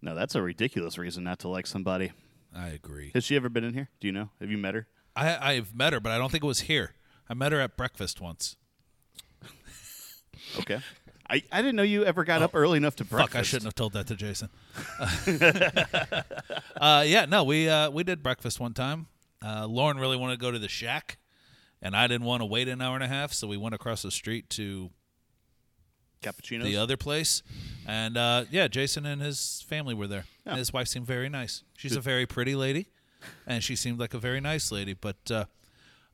D: No, that's a ridiculous reason not to like somebody.
B: I agree.
D: Has she ever been in here? Do you know? Have you met her?
B: I I've met her, but I don't think it was here. I met her at breakfast once.
D: Okay. I, I didn't know you ever got up early enough to breakfast.
B: Oh, Fuck, I shouldn't have told that to Jason. uh, yeah, no, we uh, we did breakfast one time, Uh, Lauren really wanted to go to the shack, and I didn't want to wait an hour and a half, so we went across the street to
D: Cappuccinos.
B: the other place. And uh, yeah, Jason and his family were there. And his wife seemed very nice. She's a very pretty lady, and she seemed like a very nice lady, but uh,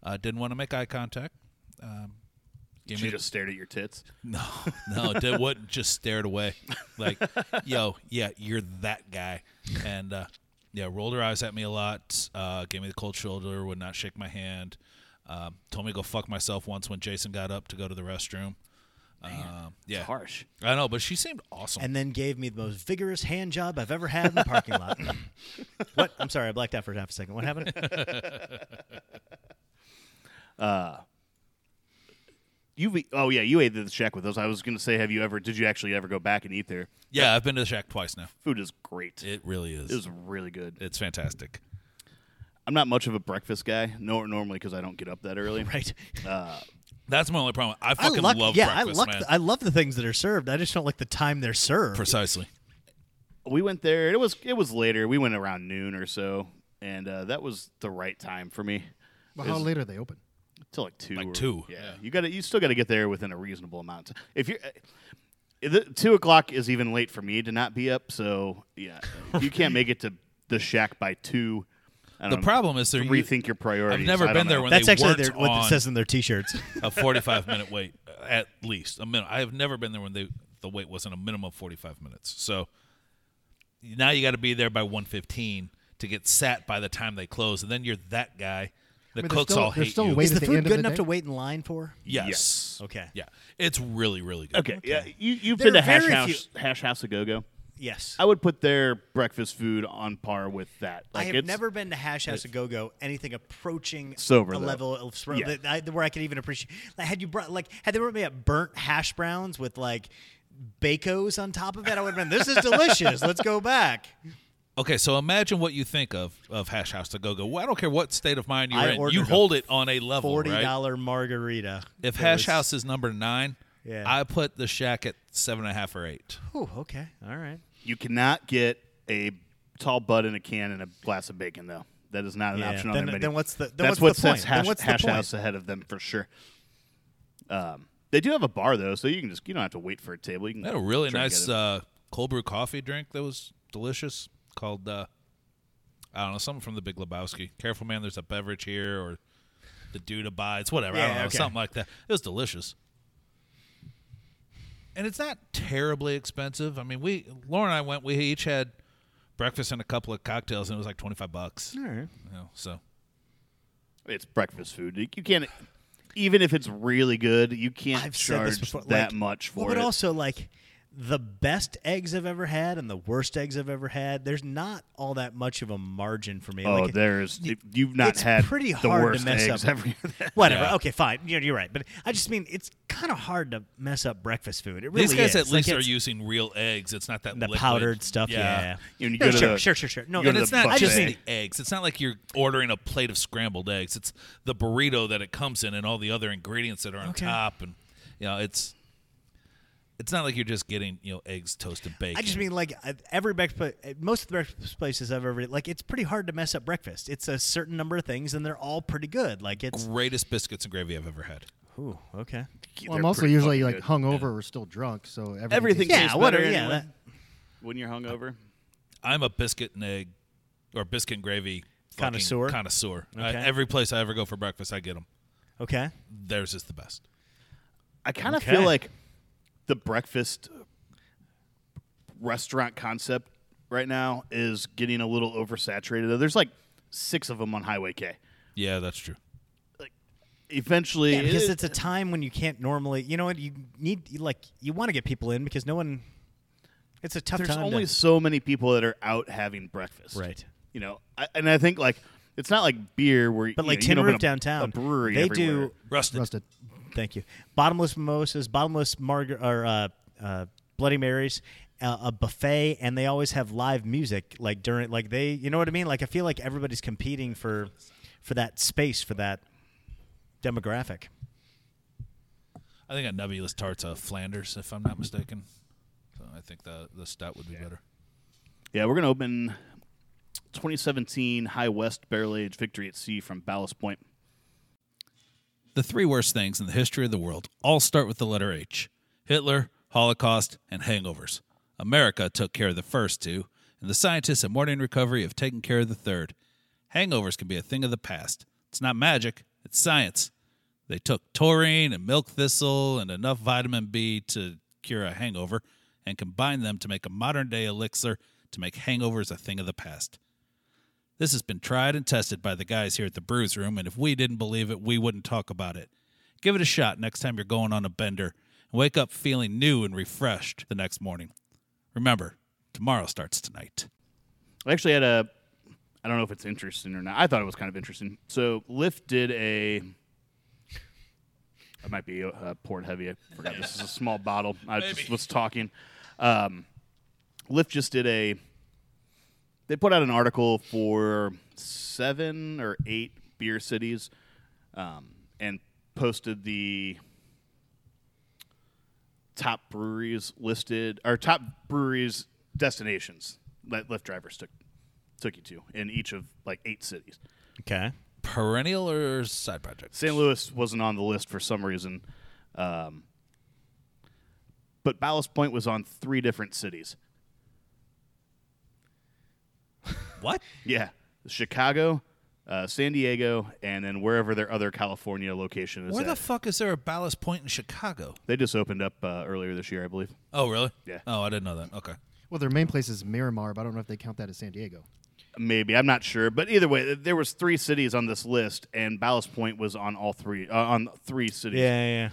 B: uh, didn't want to make eye contact. Um, gave
D: she
B: me-
D: just stared at your tits.
B: no, no, did what just stared away, like, yo, yeah, you're that guy, and uh, yeah, rolled her eyes at me a lot, uh, gave me the cold shoulder, would not shake my hand, um, told me to go fuck myself once when Jason got up to go to the restroom. um, yeah,
D: Harsh.
B: I know, but she seemed awesome.
C: and then gave me the most vigorous hand job I've ever had in the parking lot. what? I'm sorry, I blacked out for half a second. What happened?
D: You oh yeah, you ate at the shack with us. I was gonna say, have you ever? Did you actually ever go back and eat there?
B: yeah, I've been to the shack twice now.
D: Food is great. It,
B: It really is.
D: was really good.
B: it's fantastic.
D: I'm not much of a breakfast guy, nor normally because I don't get up that early. Uh,
C: right.
B: That's my only problem. I
C: I
B: fucking
C: luck,
B: love
C: yeah,
B: breakfast,
C: I luck,
B: man.
C: I love the things that are served. I just don't like the time they're served.
B: Precisely.
D: We went there. It was it was later. We went around noon or so, and uh, that was the right time for me.
F: Well, how
D: Is-
F: late are they open?
D: till like two.
B: Like
D: or-
B: two.
D: Yeah.
B: Yeah.
D: you got to You still got to get there within a reasonable amount. of time. If you're uh, the, two o'clock is even late for me to not be up. So yeah, if you can't make it to the shack by two. I
B: The
C: Um,
D: don't
B: problem is they're
D: know, rethink your priorities.
B: I've never
D: I don't
B: been there
D: know.
B: when
C: That's
B: they
C: actually
B: weren't
C: their, what it
B: on
C: says in their T-shirts.
B: a 45 minute wait uh, at least a minute i have never been there when they the wait wasn't a minimum of 45 minutes so now you got to be there by 115 to get sat by the time they close and then you're that guy the
F: mean, they're
B: cooks
F: still-
B: all
F: they're
B: hate
F: still
B: you
F: wait
C: Is
F: at
C: the
F: the
C: food
F: end of
C: good
F: the
C: enough
F: day?
C: to wait in line for?
B: yes.
D: Yes.
C: Okay.
B: yeah it's really really good
D: Okay, yeah, you you've
C: There
D: been to
C: are
D: Hash
C: very
D: House, Hash House a Go Go.
C: Yes.
D: I would put their breakfast food on par with that. Like
C: I have
D: it's,
C: never been to Hash House a Go Go anything approaching
D: Sober,
C: a
D: though.
C: level of sober,
D: Yeah.
C: that I, where I could even appreciate. Like, had you brought like had they brought me up burnt hash browns with like bacos on top of it, I would have been this is delicious. Let's go back.
B: okay so imagine what you think of of hash house to go go well, i don't care what state of mind you're
C: I
B: in you
C: ordered a
B: hold it on a level
C: Forty
B: right?
C: dollar margarita.
B: if
C: It
B: hash
C: was-
B: house is number nine
C: Yeah.
B: i put the shack at seven and a half or eight
C: Ooh, okay, all right.
D: You cannot get a tall bud in a can and a glass of bacon though. That is not an
C: Yeah,
D: option on
C: then-
D: their menu.
C: then what's the- then
D: That's
C: what's
D: what
C: the
D: sets
C: point? Then
D: Hash,
C: what's the
D: hash
C: point?
D: House ahead of them for sure. Um, they do have a bar though, so you can just you don't have to wait for a table. You can
B: They had a really
D: drink
B: nice
D: at it.
B: uh, cold brew coffee drink that was delicious called, uh, I don't know, something from the Big Lebowski. Careful, man, there's a beverage here or the dude abides, whatever. I
C: Yeah,
B: don't know,
C: okay.
B: something like that. It was delicious. And it's not terribly expensive. I mean, we, Laura and I went, we each had breakfast and a couple of cocktails, and it was like 25 bucks.
C: All right.
B: You know, so uh,
D: it's breakfast food. You can't even if it's really good, you can't
C: I've said
D: charge
C: this before.
D: that
C: like,
D: much for
C: well, but
D: it.
C: also like the best eggs I've ever had and the worst eggs I've ever had. There's not all that much of a margin for me.
D: oh,
C: like,
D: there's you've not
C: it's
D: had
C: pretty
D: the
C: hard
D: worst
C: to mess
D: eggs
C: up.
D: ever.
C: Whatever.
B: Yeah.
C: Okay, fine. You're, you're right. But I just mean it's kind of hard to mess up breakfast food. It really
B: these guys
C: is.
B: at least
C: like
B: are
C: it's
B: using real eggs. It's not that
C: the
B: liquid.
C: powdered stuff. Yeah.
D: You
C: No,
D: go to
C: sure,
D: the-
C: sure, sure, sure. No,
D: you go
B: And
D: to
B: it's
D: the
B: not
D: buffet.
B: just the eggs. It's not like you're ordering a plate of scrambled eggs. It's the burrito that it comes in and all the other ingredients that are on
C: Okay.
B: top and you know, it's it's not like you're just getting, you know, eggs toasted bacon.
C: I just mean like I- every breakfast, uh, most of the breakfast places I've ever like, it's pretty hard to mess up breakfast. It's a certain number of things, and they're all pretty good. Like it's.
B: greatest biscuits and gravy I've ever had.
C: Ooh, okay.
F: Well,
D: They're
F: I'm also
D: pretty
F: usually
D: fucking
F: like
D: good.
F: hungover or still drunk, so everything
D: Everything
F: tastes-
D: tastes
C: Yeah, what
D: better
C: are- yeah,
D: anyway.
C: that-
D: when you're hungover.
B: I'm a biscuit and egg or biscuit and gravy fucking
C: Connoisseur?
B: Connoisseur. I-
C: Okay.
B: every place I ever go for breakfast, I get them.
C: Okay.
B: Theirs is the best.
D: I kind of
C: Okay.
D: feel like the breakfast restaurant concept right now is getting a little oversaturated. There's like six of them on Highway K.
B: Yeah, that's true.
D: Eventually,
C: Yeah, because
D: it-
C: it's a time when you can't normally. You know what? You need you, like you want to get people in because no one. It's a tough
D: there's
C: time. to-
D: only so many people that are out having breakfast,
C: Right.
D: You know, I, and I think like it's not like beer where
C: but
D: you
C: like
D: know, you
C: Tin
D: can open
C: Roof
D: a-
C: downtown,
D: a brewery.
C: they
D: everywhere.
C: do.
B: Rusted.
F: Rusted.
C: Thank you. Bottomless mimosas, bottomless margar or uh, uh, Bloody Marys, uh, a buffet, and they always have live music. Like during, like they, you know what I mean? Like I feel like everybody's competing for, for that space, for that demographic.
B: I think a nebulous tart's a Flanders, if I'm not mistaken. So I think the the stout would be better.
D: Yeah, we're gonna open 2017 High West Barrel Age Victory at Sea from Ballast Point.
B: The three worst things in the history of the world all start with the letter H Hitler, Holocaust, and hangovers. America took care of the first two, and the scientists at Morning Recovery have taken care of the third. Hangovers can be a thing of the past. It's not magic, it's science. They took taurine and milk thistle and enough vitamin B to cure a hangover and combined them to make a modern day elixir to make hangovers a thing of the past. This has been tried and tested by the guys here at the Brews Room, and if we didn't believe it, we wouldn't talk about it. Give it a shot next time you're going on a bender and wake up feeling new and refreshed the next morning. Remember, tomorrow starts tonight.
D: I actually had a. I don't know if it's interesting or not. I thought it was kind of interesting. So Lyft did a. I might be uh, poured heavy. I forgot this is a small bottle. I just was talking. Um, Lyft just did a. They put out an article for seven or eight beer cities, um, and posted the top breweries listed or top breweries destinations that Lyft drivers took took you to in each of like eight cities.
C: Okay.
B: Perennial or side project?
D: St. Louis wasn't on the list for some reason, um, but Ballast Point was on three different cities.
B: What?
D: Yeah, Chicago, uh, San Diego, and then wherever their other California location is.
B: Where the
D: at.
B: fuck is there a ballast point in Chicago?
D: they just opened up uh, earlier this year, I believe.
B: Oh, really?
D: Yeah.
B: Oh, I didn't know that. Okay.
F: Well, their main place is Miramar, but I don't know if they count that as San Diego.
D: maybe i'm not sure but either way th- there was three cities on this list and ballast point was on all three uh, on three cities
C: Yeah, yeah.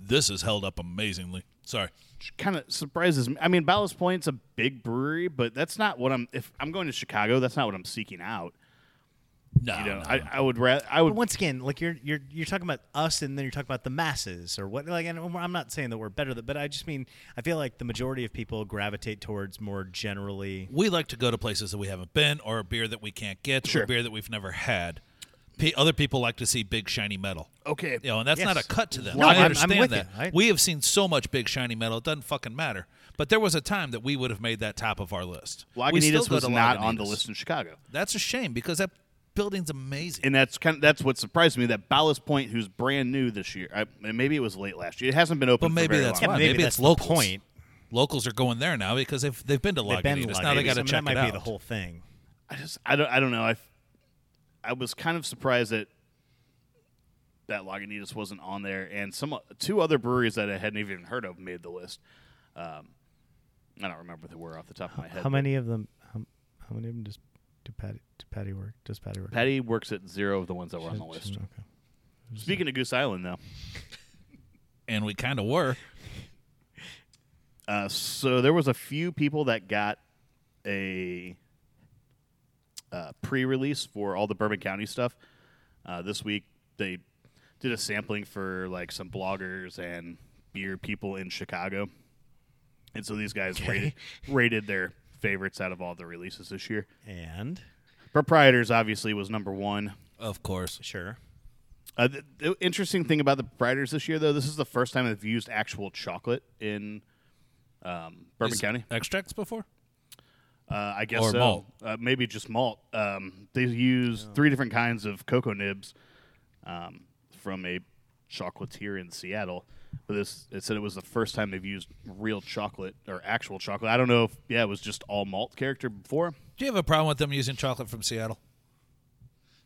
B: This has held up amazingly. Sorry.
D: which kind of surprises me i mean ballast point's a big brewery but that's not what i'm if i'm going to chicago that's not what i'm seeking out
B: No.
D: you know
B: no.
D: I, I would rather i would
C: But once again, like you're you're you're talking about us, and then you're talking about the masses, or what? Like, and I'm not saying that we're better, than- but I just mean I feel like the majority of people gravitate towards more generally.
B: we like to go to places that we haven't been or a beer that we can't get or
D: Sure.
B: a beer that we've never had. P- other people like to see big shiny metal.
D: okay
B: You know, and that's not a
C: Yes.
B: cut to them.
C: No,
B: I
C: I'm- I'm
B: understand
C: with
B: that.
C: you. I-
B: we have seen so much big shiny metal, it doesn't fucking matter. But there was a time that we would have made that top of our list. We still
D: lagunitas
B: go
D: was
B: to
D: not on
B: Lagunitas.
D: the list in chicago
B: That's a shame because that building's amazing.
D: and that's kind of, that's what surprised me that ballast point who's brand new this year I, and maybe it was late last year it hasn't been open
B: But
D: for
B: maybe
D: very
B: that's
D: long.
B: why.
C: maybe
B: Maybe,
C: that's
B: it's
C: the
B: locals.
C: point.
B: Locals are going there now because they've they've been to
C: They've been
B: Lagunitas. Now they
C: Lagunitas.
B: got
C: I
B: to
C: mean,
B: check
C: that might
B: it out.
C: be the whole thing.
D: I just I don't I don't know. I I was kind of surprised that that Lagunitas wasn't on there, and some two other breweries that I hadn't even heard of made the list. Um, I don't remember who were off the top of my head.
C: How many of them? How, how many of them does do Patty do Patty work? Does Patty work?
D: Patty works at zero of the ones that were on the list.
C: Okay.
D: Speaking of Goose Island, though,
B: And we kind of were.
D: uh, so there was a few people that got a uh, pre-release for all the Bourbon County stuff. Uh, this week they did a sampling for like some bloggers and beer people in Chicago, and so these guys rated rated their favorites out of all the releases this year.
C: And
D: Proprietors obviously was number one.
B: Of course.
C: sure.
D: Uh, the, the interesting thing about the proprietors this year, though, this is the first time they've used actual chocolate in um, Bourbon
B: Is-
D: County.
B: Extracts before?
D: Uh, I guess
B: Or
D: so.
B: malt.
D: Uh, maybe just malt. Um, they use three different kinds of cocoa nibs um, from a chocolatier in Seattle. But this, it said it was the first time they've used real chocolate or actual chocolate. I don't know if yeah, it was just all malt character before.
B: Do you have a problem with them using chocolate from Seattle?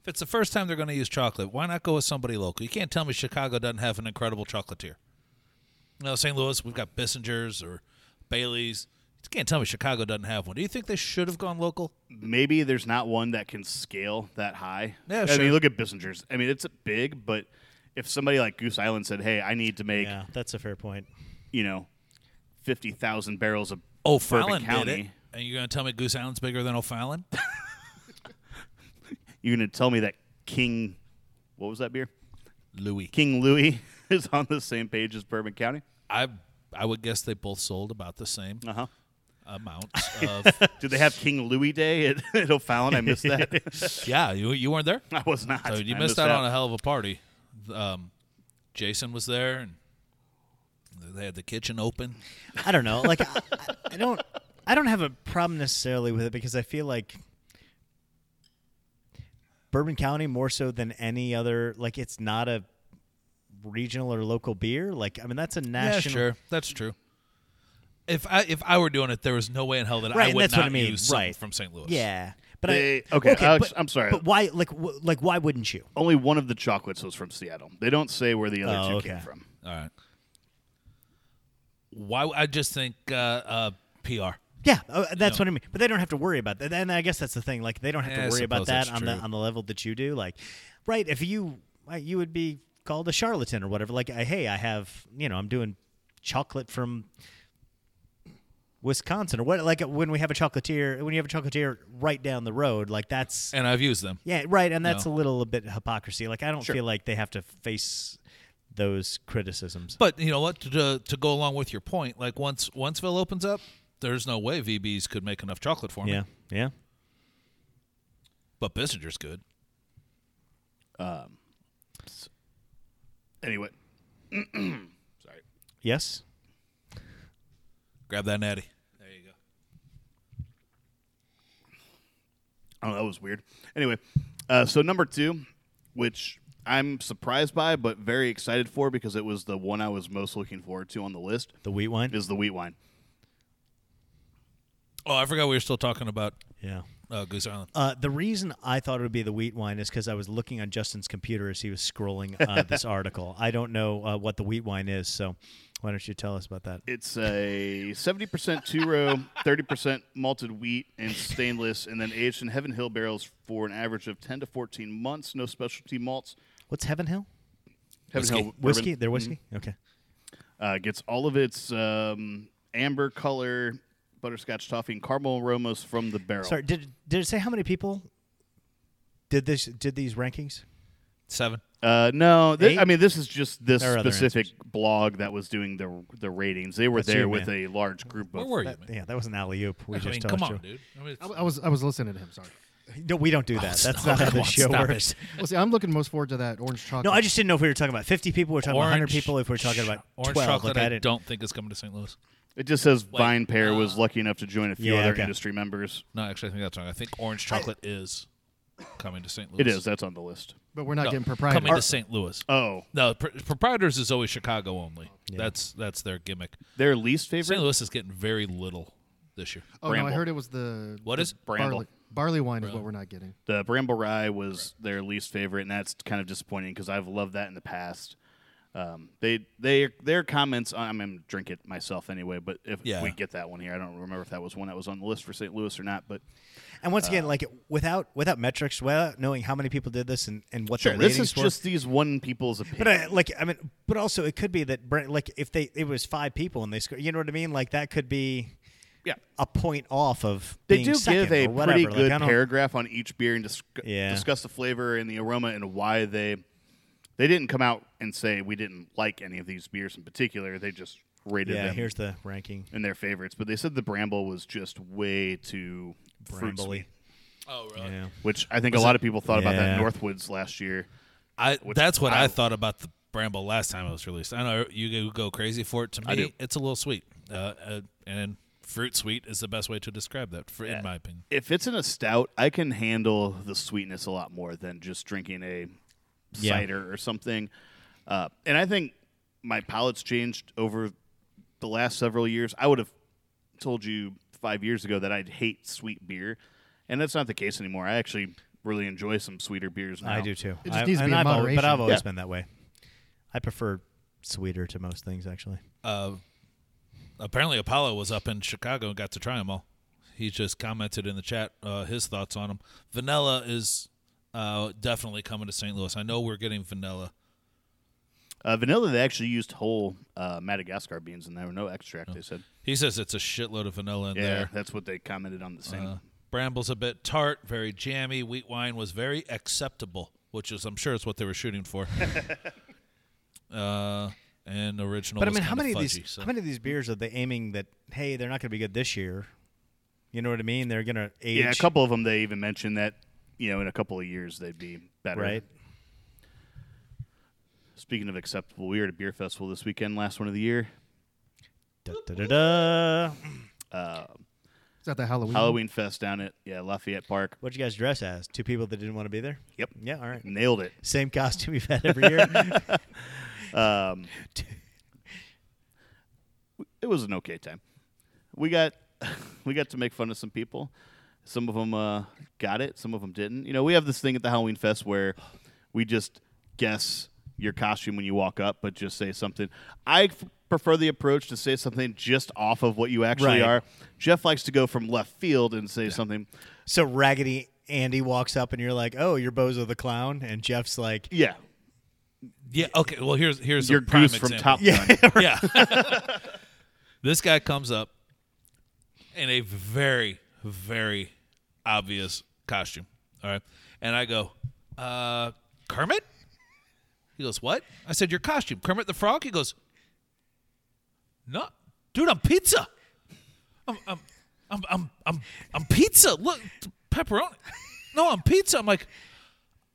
B: If it's the first time they're going to use chocolate, why not go with somebody local? You can't tell me Chicago doesn't have an incredible chocolatier. No, St. Louis, we've got Bissinger's or Bailey's. You can't tell me Chicago doesn't have one. Do you think they should have gone local?
D: Maybe there's not one that can scale that high.
B: Yeah,
D: I
B: sure.
D: mean, look at Bissinger's. I mean, it's big, but if somebody like Goose Island said, "Hey, I need to make
C: Yeah, that's a fair point.
D: you know, fifty thousand barrels of Bourbon
B: O'Fallon Oh, did
D: County."
B: it. And you're going to tell me Goose Island's bigger than O'Fallon?
D: you're going to tell me that King, what was that beer?
B: Louis.
D: King Louis is on the same page as Bourbon County.
B: I I would guess they both sold about the same
D: Uh huh.
B: amount of.
D: Did they have King Louis Day at, at O'Fallon? I missed that.
B: yeah, you, you weren't there?
D: I was not.
B: So you
D: I
B: missed out on a hell of a party. Um, Jason was there, and they had the kitchen open.
C: I don't know. Like I, I don't I don't have a problem necessarily with it because I feel like Bourbon County more so than any other. Like it's not a regional or local beer. Like I mean, that's a national.
B: sure, that's true. If I if I were doing it, there was no way in hell that
C: Right,
B: I
C: and
B: would
C: that's
B: not
C: what I mean.
B: use something
C: Right.
B: from St. Louis.
C: Yeah, but
D: They-
C: I
D: okay, Alex,
C: but-
D: I'm sorry.
C: But why? Like wh- like why wouldn't you?
D: Only one of the chocolates was from Seattle. They don't say where the other two
C: Oh,
D: came
C: okay.
D: from.
B: All right. Why? I just think uh, uh, PR.
C: Yeah, uh, that's what I mean. But they don't have to worry about that. And I guess that's the thing. Like they don't have
B: Yeah, I
C: to worry about
B: suppose that's
C: that on the
B: true.
C: on the level that you do. Like, right? If you uh, you would be called a charlatan or whatever. Like, I, hey, I have you know I'm doing chocolate from Wisconsin or what? Like when we have a chocolatier, when you have a chocolatier right down the road, like that's
B: And I've used them.
C: yeah, right. And that's
B: No.
C: a little bit hypocrisy. Like I don't feel like they have to face those criticisms.
B: But you know what? To, to to go along with your point, like once onceville opens up, there's no way VBs could make enough chocolate for me.
C: yeah, yeah.
B: But Bissinger's good.
D: Anyway,
C: Yes.
B: Grab that natty. There you go.
D: oh, that was weird. Anyway, uh, so number two, which I'm surprised by, but very excited for because it was the one I was most looking forward to on the list,
C: The wheat wine.
D: is the wheat wine.
B: Oh, I forgot we were still talking about
C: Yeah.
B: uh, Goose Island.
C: Uh, the reason I thought it would be the wheat wine is because I was looking on Justin's computer as he was scrolling uh, this article. I don't know uh, what the wheat wine is, so why don't you tell us about that?
D: It's a 70% two row, 30% malted wheat and stainless, and then aged in Heaven Hill barrels for an average of 10 to 14 months. No specialty malts.
C: What's Heaven Hill?
D: Heaven
B: Whiskey.
D: Hill
C: Whiskey?
D: bourbon,
C: Their whiskey?
B: Mm-hmm.
C: Okay.
D: uh, gets all of its um, amber color, butterscotch toffee, and caramel aromas from the barrel.
C: Sorry, did did it say how many people did this did these rankings?
B: Seven.
D: Uh, no, th-
C: Eight?
D: I mean this is just this
C: There are other
D: specific blog that was doing the the ratings. They were
C: That's
D: there
C: you,
D: with a large group
B: Where
D: of.
B: were you?
C: That-
B: man?
C: yeah, that was an alley oop. We
B: I
C: just
B: mean,
C: told
B: come on,
C: you.
B: dude. I mean,
F: I,
B: it's-
F: I was I was listening to him. Sorry.
C: No, we don't do that. That's not how
B: come
C: the
B: on,
C: show
B: Oh, stop
C: works.
B: it.
F: Well, see, I'm looking most forward to that orange chocolate.
C: No, I just didn't know if we were talking about 50 people, we we're talking about 100
B: Orange
C: people, if we we're talking about
B: ch- orange
C: 12.
B: chocolate.
C: like, I
B: I,
C: didn't-
B: don't think is coming to St. Louis.
D: It just says Vine Pair was
B: uh,
D: lucky enough to join a few
C: yeah,
D: other
C: okay.
D: industry members.
B: No, actually, I think that's wrong. I think orange chocolate is coming to St. Louis.
D: It is that's on the list.
F: but we're not
B: No,
F: getting
B: coming to
F: proprietary.
B: St. Louis.
C: Uh,
D: Oh,
B: No, pr- proprietors is always Chicago only. That's that's their gimmick.
D: their least
B: St.
D: favorite
B: Louis is getting very little this year.
F: Oh no, I
D: Bramble.
F: heard it was the
B: What
F: the
B: is-
D: Bramble.
F: barley barley wine is what we're not getting.
D: the Bramble Rye was their least favorite, and that's kind of disappointing because I've loved that in the past. Um, they they their comments. I mean, drink it myself anyway. But if
B: Yeah.
D: we get that one here, I don't remember if that was one that was on the list for St. Louis or not. But
C: And once
B: uh,
C: again, like without without metrics, without knowing how many people did this and, and what
D: sure,
C: the
D: this
C: ratings
D: is
C: were,
D: just these one people's opinion.
C: But uh, I, like, I mean, but also it could be that Brent, like, if they it was five people and they scored, you know what I mean? Like that could be
D: yeah,
C: a point off of
D: They
C: being
D: do
C: second
D: give a
C: or whatever.
D: pretty
C: Like,
D: good
C: I don't-
D: paragraph on each beer and dis-
C: Yeah.
D: discuss the flavor and the aroma and why they they didn't come out and say we didn't like any of these beers in particular. They just rated
C: Yeah,
D: them
C: here's the ranking.
D: in their favorites, but they said the Bramble was just way too fruit
C: Brambly.
D: sweet,
B: Oh, really?
C: Yeah.
D: which I think a lot of people thought about that
C: Yeah.
D: Northwoods last year.
B: I that's what I,
D: I-
B: thought about the Bramble last time it was released. I know you go- go crazy for it. To me,
D: do.
B: it's a little sweet, uh, uh, and fruit sweet is the best way to describe that, for, in my opinion.
D: If it's in a stout, I can handle the sweetness a lot more than just drinking a
C: Yeah.
D: cider or something. Uh, and I think my palate's changed over the last several years. I would have told you five years ago that I'd hate sweet beer, and that's not the case anymore. I actually really enjoy some sweeter beers now.
C: I do too.
F: It just
C: I-
F: needs to
C: and
F: be in
C: I've al- but
F: moderation.
C: I've always
D: Yeah.
C: been that way. I prefer sweeter to most things, actually.
B: Uh, apparently, Apollo was up in Chicago and got to try them all. He just commented in the chat uh, his thoughts on them. Vanilla is uh, definitely coming to St. Louis. I know we're getting vanilla.
D: Uh, vanilla, they actually used whole uh, Madagascar beans, and there were no extract. They said,
B: He says it's a shitload of vanilla in
D: "Yeah,
B: there.
D: that's what they commented on the same."
B: Uh, Bramble's a bit tart, very jammy. Wheat wine was very acceptable, which is, I'm sure, is what they were shooting for. uh, and original.
C: But I
B: was
C: mean, how
B: kinda
C: many of
B: fudgy,
C: these
B: so-
C: how many of these beers are they aiming that? Hey, they're not going to be good this year. You know what I mean? They're going to age.
D: yeah, a couple of them they even mentioned that you know in a couple of years they'd be better.
C: Right.
D: Speaking of acceptable, we were at a beer festival this weekend, last one of the year.
C: Da, da, da, da.
F: Is that the Halloween?
D: Uh, Halloween fest down at yeah Lafayette Park.
C: What'd you guys dress as? Two people that didn't want to be there?
D: Yep.
C: Yeah, all right.
D: Nailed it.
C: Same costume we've had every year.
D: Um, it was an okay time. We got we got to make fun of some people. Some of them uh, got it. Some of them didn't. You know, we have this thing at the Halloween Fest where we just guess your costume when you walk up, but just say something. I f- prefer the approach to say something just off of what you actually
C: Right.
D: are. Jeff likes to go from left field and say something.
C: so Raggedy Andy walks up and you're like, oh, you're Bozo the Clown. And Jeff's like,
D: Yeah,
B: Yeah. Okay. Well, here's here's
D: your
B: a prime
D: goose from
B: example.
D: Top Gun.
B: Yeah. this guy comes up in a very, very obvious costume. All right. And I go, uh, Kermit? He goes, What? I said, Your costume. Kermit the Frog? He goes, No, dude, I'm pizza. I'm, I'm, I'm, I'm, I'm, I'm pizza. Look, pepperoni. No, I'm pizza. I'm like,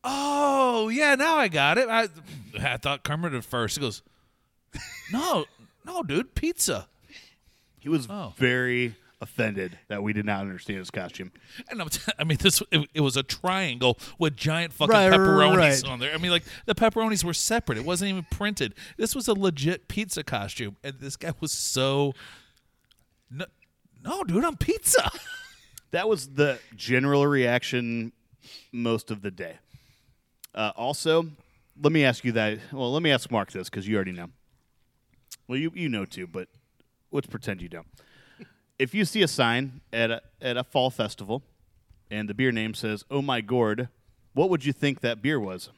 B: Oh, yeah, now I got it. I, I thought Kermit at first. He goes, no, no, dude, pizza.
D: He was
B: Oh.
D: very offended that we did not understand his costume.
B: And I'm t- I mean, this it, it was a triangle with giant fucking
C: Right, right,
B: pepperonis
C: right.
B: on there. I mean, like the pepperonis were separate; it wasn't even printed. This was a legit pizza costume, and this guy was so. No, no dude, I'm pizza.
D: That was the general reaction most of the day. Uh, also, let me ask you that. Well, let me ask Mark this because you already know. Well, you you know too, but let's pretend you don't. If you see a sign at a, at a fall festival, and the beer name says "Oh my gourd," what would you think that beer was?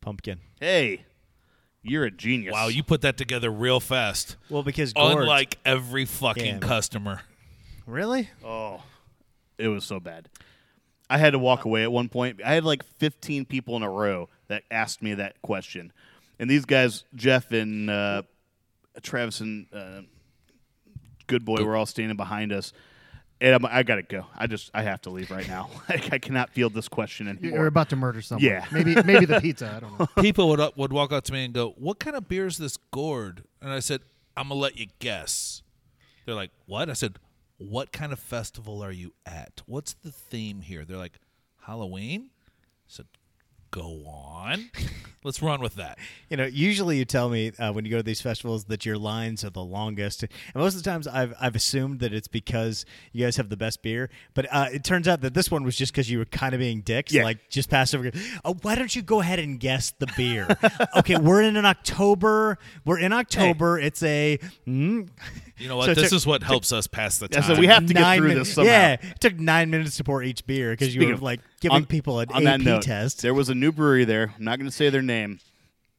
C: pumpkin.
D: Hey, you're a genius.
B: Wow, you put that together real fast.
C: Well, because gourds.
B: Unlike every fucking
C: Yeah, but-
B: customer.
C: really?
D: It was so bad. I had to walk away at one point. I had like 15 people in a row that asked me that question. And these guys, Jeff and uh, Travis and uh, Good Boy, were all standing behind us. And I'm, I got to go. I just, I have to leave right now. like, I cannot field this question
F: You- You're
D: anymore.
F: about to murder someone.
D: Yeah.
F: Maybe maybe the pizza. I don't know.
B: People would would walk up to me and go, "What kind of beer is this gourd?" And I said, "I'm gonna let you guess." They're like, "What?" I said, "What kind of festival are you at? What's the theme here?" They're like, "Halloween." I said, "Go on, let's run with that."
C: You know, usually you tell me uh, when you go to these festivals that your lines are the longest, and most of the times I've I've assumed that it's because you guys have the best beer. But uh, it turns out that this one was just because you were kind of being dicks,
D: Yeah.
C: like just pass over. Oh, why don't you go ahead and guess the beer? okay, we're in an October. We're in October. It's a mm,
B: You know what?
C: So it
B: this
C: took-
B: is what helps us pass the
D: Yeah,
B: time.
D: so we have to get
C: nine
D: through
C: min-
D: this somehow.
C: Yeah, it took nine minutes to pour each beer because you
D: Speaking
C: were
D: of-
C: like giving
D: on-
C: people an
D: on that
C: AP
D: note,
C: test.
D: There was a new brewery there. I'm not going to say their name,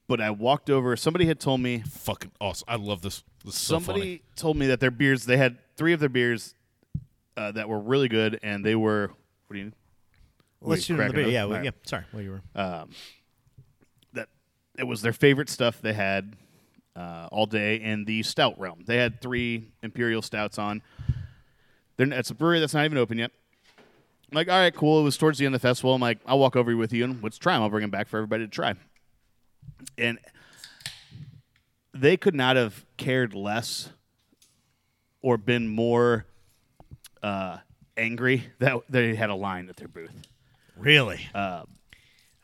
D: but I walked over. Somebody had told me
B: fucking awesome. I love this. This is so funny.
D: somebody told me that their beers they had three of their beers uh, that were really good and they were what do you
C: Let's shoot 'em the
D: cracking
C: beer.
D: up?
C: Yeah, well,
D: All right. Uh,
C: yeah. Sorry, well you were.
D: that it was their favorite stuff they had uh, all day in the stout realm they had three imperial stouts on They're, it's a brewery that's not even open yet I'm like all right cool it was towards the end of the festival i'm like i'll walk over with you and let's try them i'll bring them back for everybody to try and they could not have cared less or been more uh, angry that they had a line at their booth
C: really.
D: uh,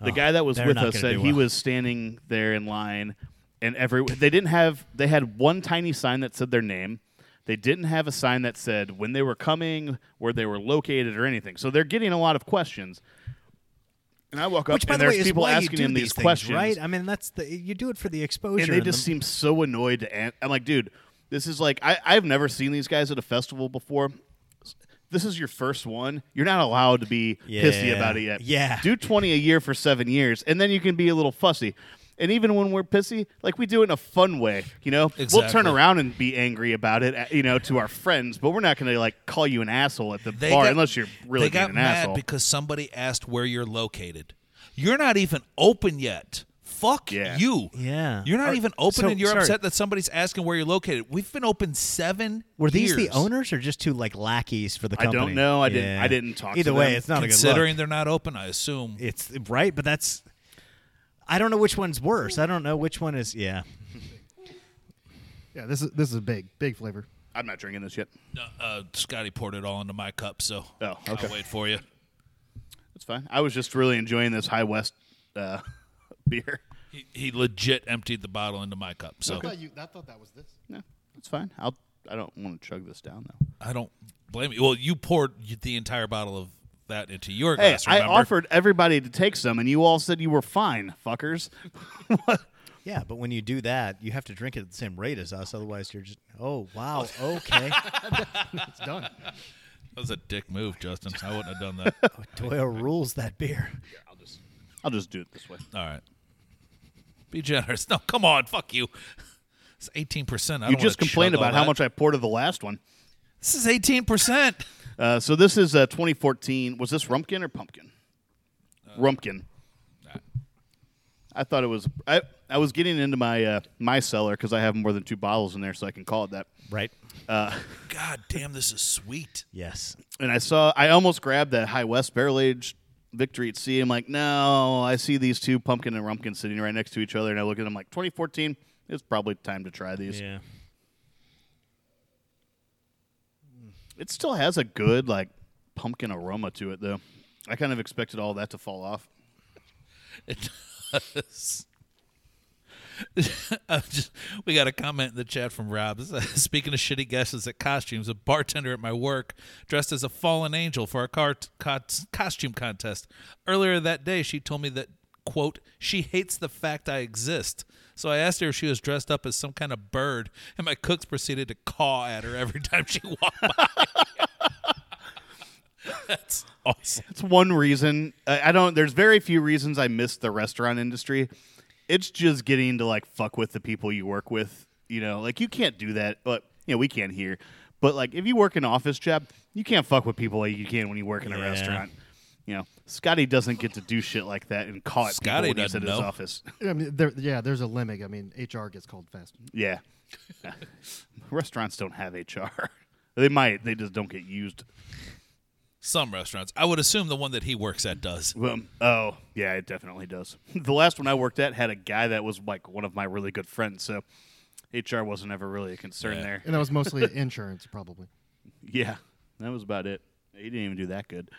D: the guy that was
C: Oh, they're
D: with
C: not
D: us
C: gonna
D: said
C: do
D: he
C: well.
D: was standing there in line, and every they didn't have they had one tiny sign that said their name. They didn't have a sign that said when they were coming, where they were located, or anything. So they're getting a lot of questions. And I walk up,
C: Which, by
D: and
C: the
D: there's
C: way, is
D: people
C: why you
D: asking
C: do
D: him
C: these things,
D: questions,
C: right? I mean, that's the you do it for the exposure.
D: and they just seem so annoyed to an- I'm like, dude, this is like I, I've never seen these guys at a festival before. This is your first one. You're not allowed to be pissy
C: Yeah.
D: about it yet.
C: Yeah.
D: Do twenty a year for seven years, and then you can be a little fussy. And even when we're pissy, like we do it in a fun way, you know. We'll turn
B: Exactly.
D: around and be angry about it, uh, you know, to our friends, but we're not going to like call you an asshole at the
B: They
D: bar
B: got-
D: unless you're really
B: they got
D: being an
B: mad
D: asshole.
B: because somebody asked where you're located. You're not even open yet. Fuck
D: Yeah.
B: you.
C: Yeah.
B: You're not
C: Are-
B: even open
C: so-
B: and you're
C: sorry.
B: upset that somebody's asking where you're located. We've been open seven
C: Were these the
B: years.
C: owners or just two like lackeys for the
D: I don't
C: company?
D: know. I didn't- I didn't talk to
C: Either way,
D: them.
C: it's not a good look.
B: Considering they're not open, I assume.
C: It's right, but that's. I don't know which one's worse. I don't know which one is. Yeah.
F: Yeah, this is this is a big big flavor.
D: I'm not drinking this yet.
B: No, uh, Scotty poured it all into my cup, so
D: Oh, okay.
B: I'll wait for you.
D: That's fine. I was just really enjoying this High West uh, beer.
B: He, he legit emptied the bottle into my cup, so
F: I thought you. I thought that was this.
D: No, that's fine. I'll. I don't want to chug this down though.
B: I don't blame you. Well, you poured y- the entire bottle of that into your
D: Hey,
B: glass.
D: I
B: Remember?
D: offered everybody to take some, and you all said you were fine, fuckers.
C: Yeah, but when you do that, you have to drink it at the same rate as us. Otherwise, you're just, oh, wow, okay.
F: It's done.
B: That was a dick move, Justin. I wouldn't have done that.
C: Doyle rules that beer.
D: I'll just do it this way.
B: All right. Be generous. No, come on. Fuck you. It's 18%. I
D: You just complained about how much I poured of the last one.
B: This is 18%.
D: Uh, so this is uh, 2014. Was this Rumpkin or Pumpkin?
B: Uh,
D: Rumpkin. I thought it was. I, I was getting into my uh, my cellar because I have more than two bottles in there, so I can call it that.
C: Right?
B: God damn, this is sweet.
C: Yes.
D: and I saw I almost grabbed that High West barrel aged victory at sea. I'm like, no, I see these two pumpkin and rumpkin sitting right next to each other, and I look at them like 2014. It's probably time to try these.
C: Yeah.
D: It still has a good like pumpkin aroma to it though. I kind of expected all that to fall off.
B: It does. I'm just- we got a comment in the chat from Rob. This is- Speaking of shitty guesses at costumes, a bartender at my work dressed as a fallen angel for a car co- costume contest. Earlier that day, she told me that, quote, she hates the fact I exist. So I asked her if she was dressed up as some kind of bird, and my cooks proceeded to caw at her every time she walked by. That's awesome.
D: It's one reason I, I don't. There's very few reasons I miss the restaurant industry. It's just getting to like fuck with the people you work with. You know, like you can't do that. But you know, we can't here. But like, if you work in an office job, you can't fuck with people like you can when you work in a
C: Yeah.
D: restaurant. You know, Scotty doesn't get to do shit like that and call it people
B: Scotty
D: when he's
B: doesn't
D: at his
B: know.
D: office.
F: I mean, there, yeah, there's a limit. I mean, HR gets called fast.
D: yeah, restaurants don't have HR. They might. They just don't get used.
B: Some restaurants. I would assume the one that he works at does.
D: Well, oh yeah, it definitely does. The last one I worked at had a guy that was like one of my really good friends, so HR wasn't ever really a concern
B: Yeah.
D: there.
F: And that was mostly insurance, probably.
D: Yeah, that was about it. He didn't even do that good.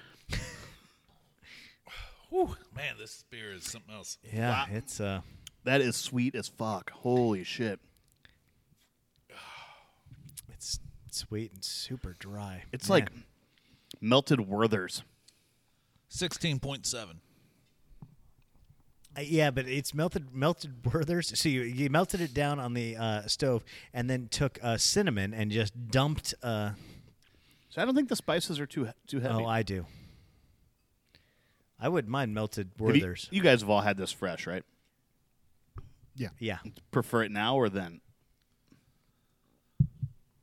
B: Whew, man, this beer is something else.
C: Yeah, it's, uh,
D: That is sweet as fuck. Holy shit!
C: it's sweet and super dry.
D: It's
C: Yeah.
D: like melted Werthers.
B: Sixteen point seven.
C: Uh, Yeah, but it's melted melted Werther's. So you, you melted it down on the uh, stove and then took uh, cinnamon and just dumped. Uh,
D: So I don't think the spices are too too heavy.
C: oh, I do. I wouldn't mind melted
D: Have you,
C: Werther's.
D: you guys have all had this fresh, right?
F: Yeah.
C: yeah,
D: Prefer it now or then?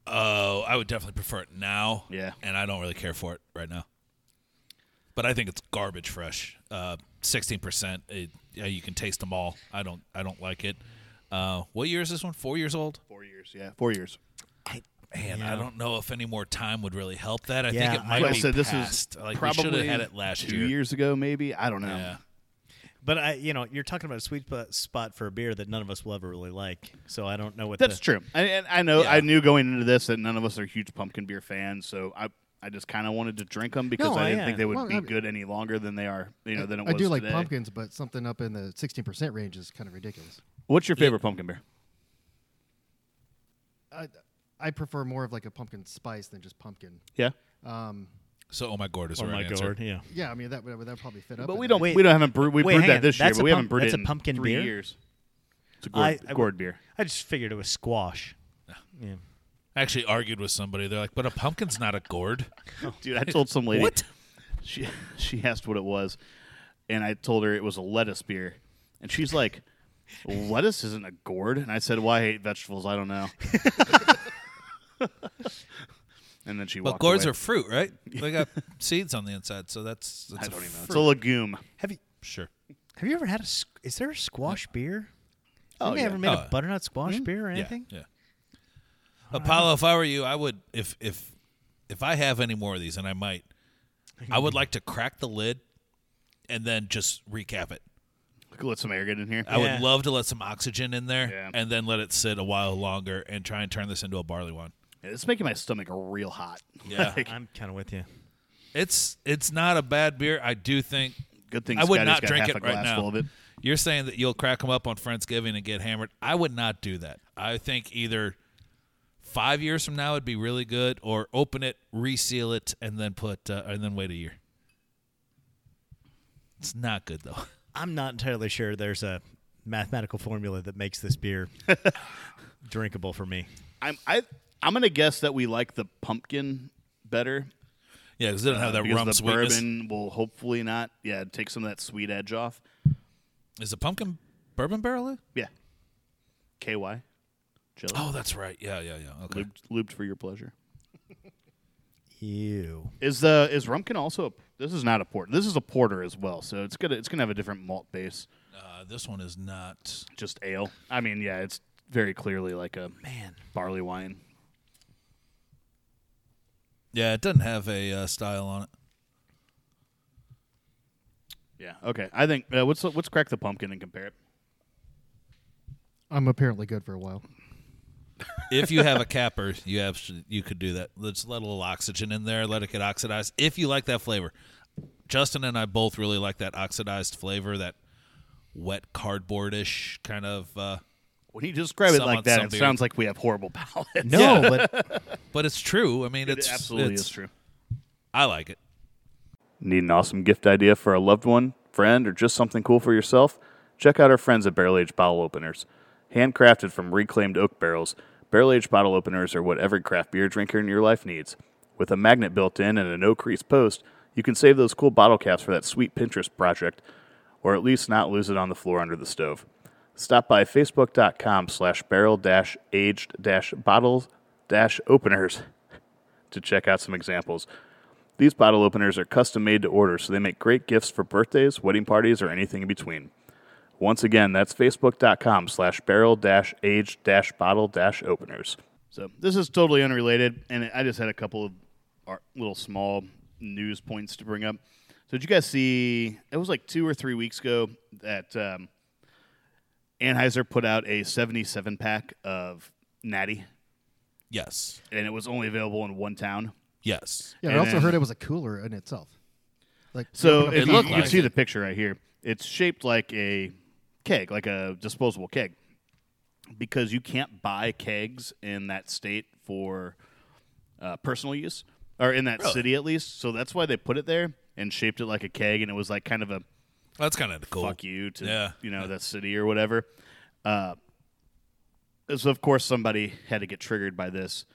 B: Oh, I would definitely prefer it now.
D: Yeah.
B: and I don't really care for it right now. But I think it's garbage fresh. Uh, Sixteen percent. Yeah, you can taste them all. I don't. I don't like it. Uh, what year is this one? Four years old.
D: Four years. Yeah, four years.
B: Man, I don't know if any more time would really help that. I
C: Yeah,
B: think it might
D: like I
B: be
D: said, this
B: past.
D: is
B: like we
D: probably
B: should have had it last
D: two
B: year.
D: years ago, maybe. I don't know.
B: Yeah.
C: but I, you know, you're talking about a sweet spo- spot for a beer that none of us will ever really like. So I don't know what
D: That's
C: the,
D: true. I, and I know
B: Yeah.
D: I knew going into this that none of us are huge pumpkin beer fans, so I I just kind of wanted to drink them because
C: No,
D: I didn't
C: yeah.
D: think they would
F: Well,
D: be
F: I-
D: good any longer than they are. You know, than it
F: I
D: was
F: do like
D: today.
F: pumpkins, but something up in the 16% range is kind of ridiculous.
D: What's your favorite pumpkin beer?
F: I, I prefer more of like a pumpkin spice than just pumpkin.
D: Yeah,
B: So, oh my god, is
C: Oh
B: our
C: my
B: answer.
C: god! Yeah.
F: Yeah, I mean that would that would probably fit up.
D: but
F: in
D: we
F: there.
D: don't
C: Wait.
D: we don't haven't brewed we
C: Wait,
D: brewed
C: hang
D: that
C: on.
D: this year,
C: That's
D: but
C: a
D: we haven't
C: pump-
D: brewed
C: that's
D: it
C: a
D: in
C: pumpkin
D: three
C: beer?
D: years. It's a gourd,
C: I- I-
D: gourd beer.
C: I just figured it was squash. Yeah.
B: I actually argued with somebody. They're like, "But a pumpkin's not a gourd."
D: Dude, I told some lady
B: What?
D: she she asked what it was, and I told her it was a lettuce beer, and she's like, "Lettuce isn't a gourd." And I said, "Well, I hate vegetables. I don't know." and then she
B: But
D: walked
B: gourds
D: away.
B: are fruit, right? They got seeds on the inside, so that's.
D: I
B: that's a
D: don't even know. It's
B: fruit.
D: a legume.
C: Have you
B: Sure.
C: have you ever had a? squ- Is there a squash beer?
D: Oh,
C: Have they
D: yeah.
C: ever made
B: Oh.
C: a butternut squash beer or anything?
B: Yeah.
D: Uh,
B: Apollo, if I were you, I would if if if I have any more of these, and I might, I would like to crack the lid and then just recap it.
D: Could Let some air get in here.
B: I
C: Yeah.
B: would love to let some oxygen in there
D: Yeah.
B: and then let it sit a while longer and try and turn this into a barley wine.
D: And it's making my stomach real hot.
B: Yeah.
D: Like,
C: I'm kind of with you.
B: It's it's not a bad beer. I do think.
D: good thing
B: I would
D: Scotty's
B: not
D: got
B: drink
D: half
B: it
D: a
B: right
D: glass
B: now.
D: full of it.
B: You're saying that you'll crack them up on Friendsgiving and get hammered. I would not do that. I think either five years from now would be really good, or open it, reseal it, and then put uh, and then wait a year. It's not good though.
C: I'm not entirely sure there's a mathematical formula that makes this beer drinkable for me.
D: I'm I I'm gonna guess that we like the pumpkin better
B: Yeah, because they don't have Oh, that
D: Uh, because
B: rum
D: the
B: sweetness.
D: bourbon will hopefully not yeah take some of that sweet edge off.
B: Is the pumpkin bourbon barrel? in?
D: Yeah. KY. Jelly.
B: Oh, that's right. Yeah, yeah, yeah. Okay.
D: Lubed, lubed for your pleasure.
C: Ew.
D: Is the is Rumkin also a, this is not a porter. This is a porter as well. So it's gonna it's gonna have a different malt base.
B: Uh, this one is not.
D: Just ale. I mean, yeah, it's very clearly like a
C: Man.
D: barley wine.
B: Yeah, it doesn't have a uh, style on it.
D: Yeah. Okay. I think uh, let's let's crack the pumpkin and compare it.
F: I'm apparently good for a while.
B: if you have a capper, you have you could do that. Let's let a little oxygen in there, let it get oxidized. If you like that flavor, Justin and I both really like that oxidized flavor, that wet cardboardish kind of. Uh,
D: When you describe it
B: Some on
D: like that,
B: some
D: it
B: beer.
D: sounds like we have horrible palates.
C: No, but
B: but it's true. I mean, it's
D: it absolutely
B: it's-
D: is true.
B: I like it.
D: Need an awesome gift idea for a loved one, friend, or just something cool for yourself? Check out our friends at Barrel Aged Bottle Openers. Handcrafted from reclaimed oak barrels, barrel aged bottle openers are what every craft beer drinker in your life needs. With a magnet built in and a no crease post, you can save those cool bottle caps for that sweet Pinterest project, or at least not lose it on the floor under the stove. Stop by facebook.com slash barrel dash aged dash bottles dash openers to check out some examples. These bottle openers are custom made to order, so they make great gifts for birthdays, wedding parties, or anything in between. Once again, that's facebook.com slash barrel dash age dash bottle dash openers. So this is totally unrelated, and I just had a couple of ar- little small news points to bring up. So did you guys see, it was like two or three weeks ago that um, Anheuser put out a 77 pack of Natty,
B: Yes,
D: and it was only available in one town.
B: yes.
F: Yeah,
D: And
F: I also
D: then-
F: heard it was a cooler in itself. Like
D: So
F: open
D: it
F: up
B: It
F: the-
D: looked
B: looked
D: you
B: like
D: can see
B: it.
D: the picture right here. It's shaped like a keg, like a disposable keg, because you can't buy kegs in that state for uh, personal use, or in that city at least. So that's why they put it there and shaped it like a keg, and it was like kind of a
B: That's kind of cool.
D: fuck you to
B: Yeah.
D: you know that city or whatever. Uh, so of course somebody had to get triggered by this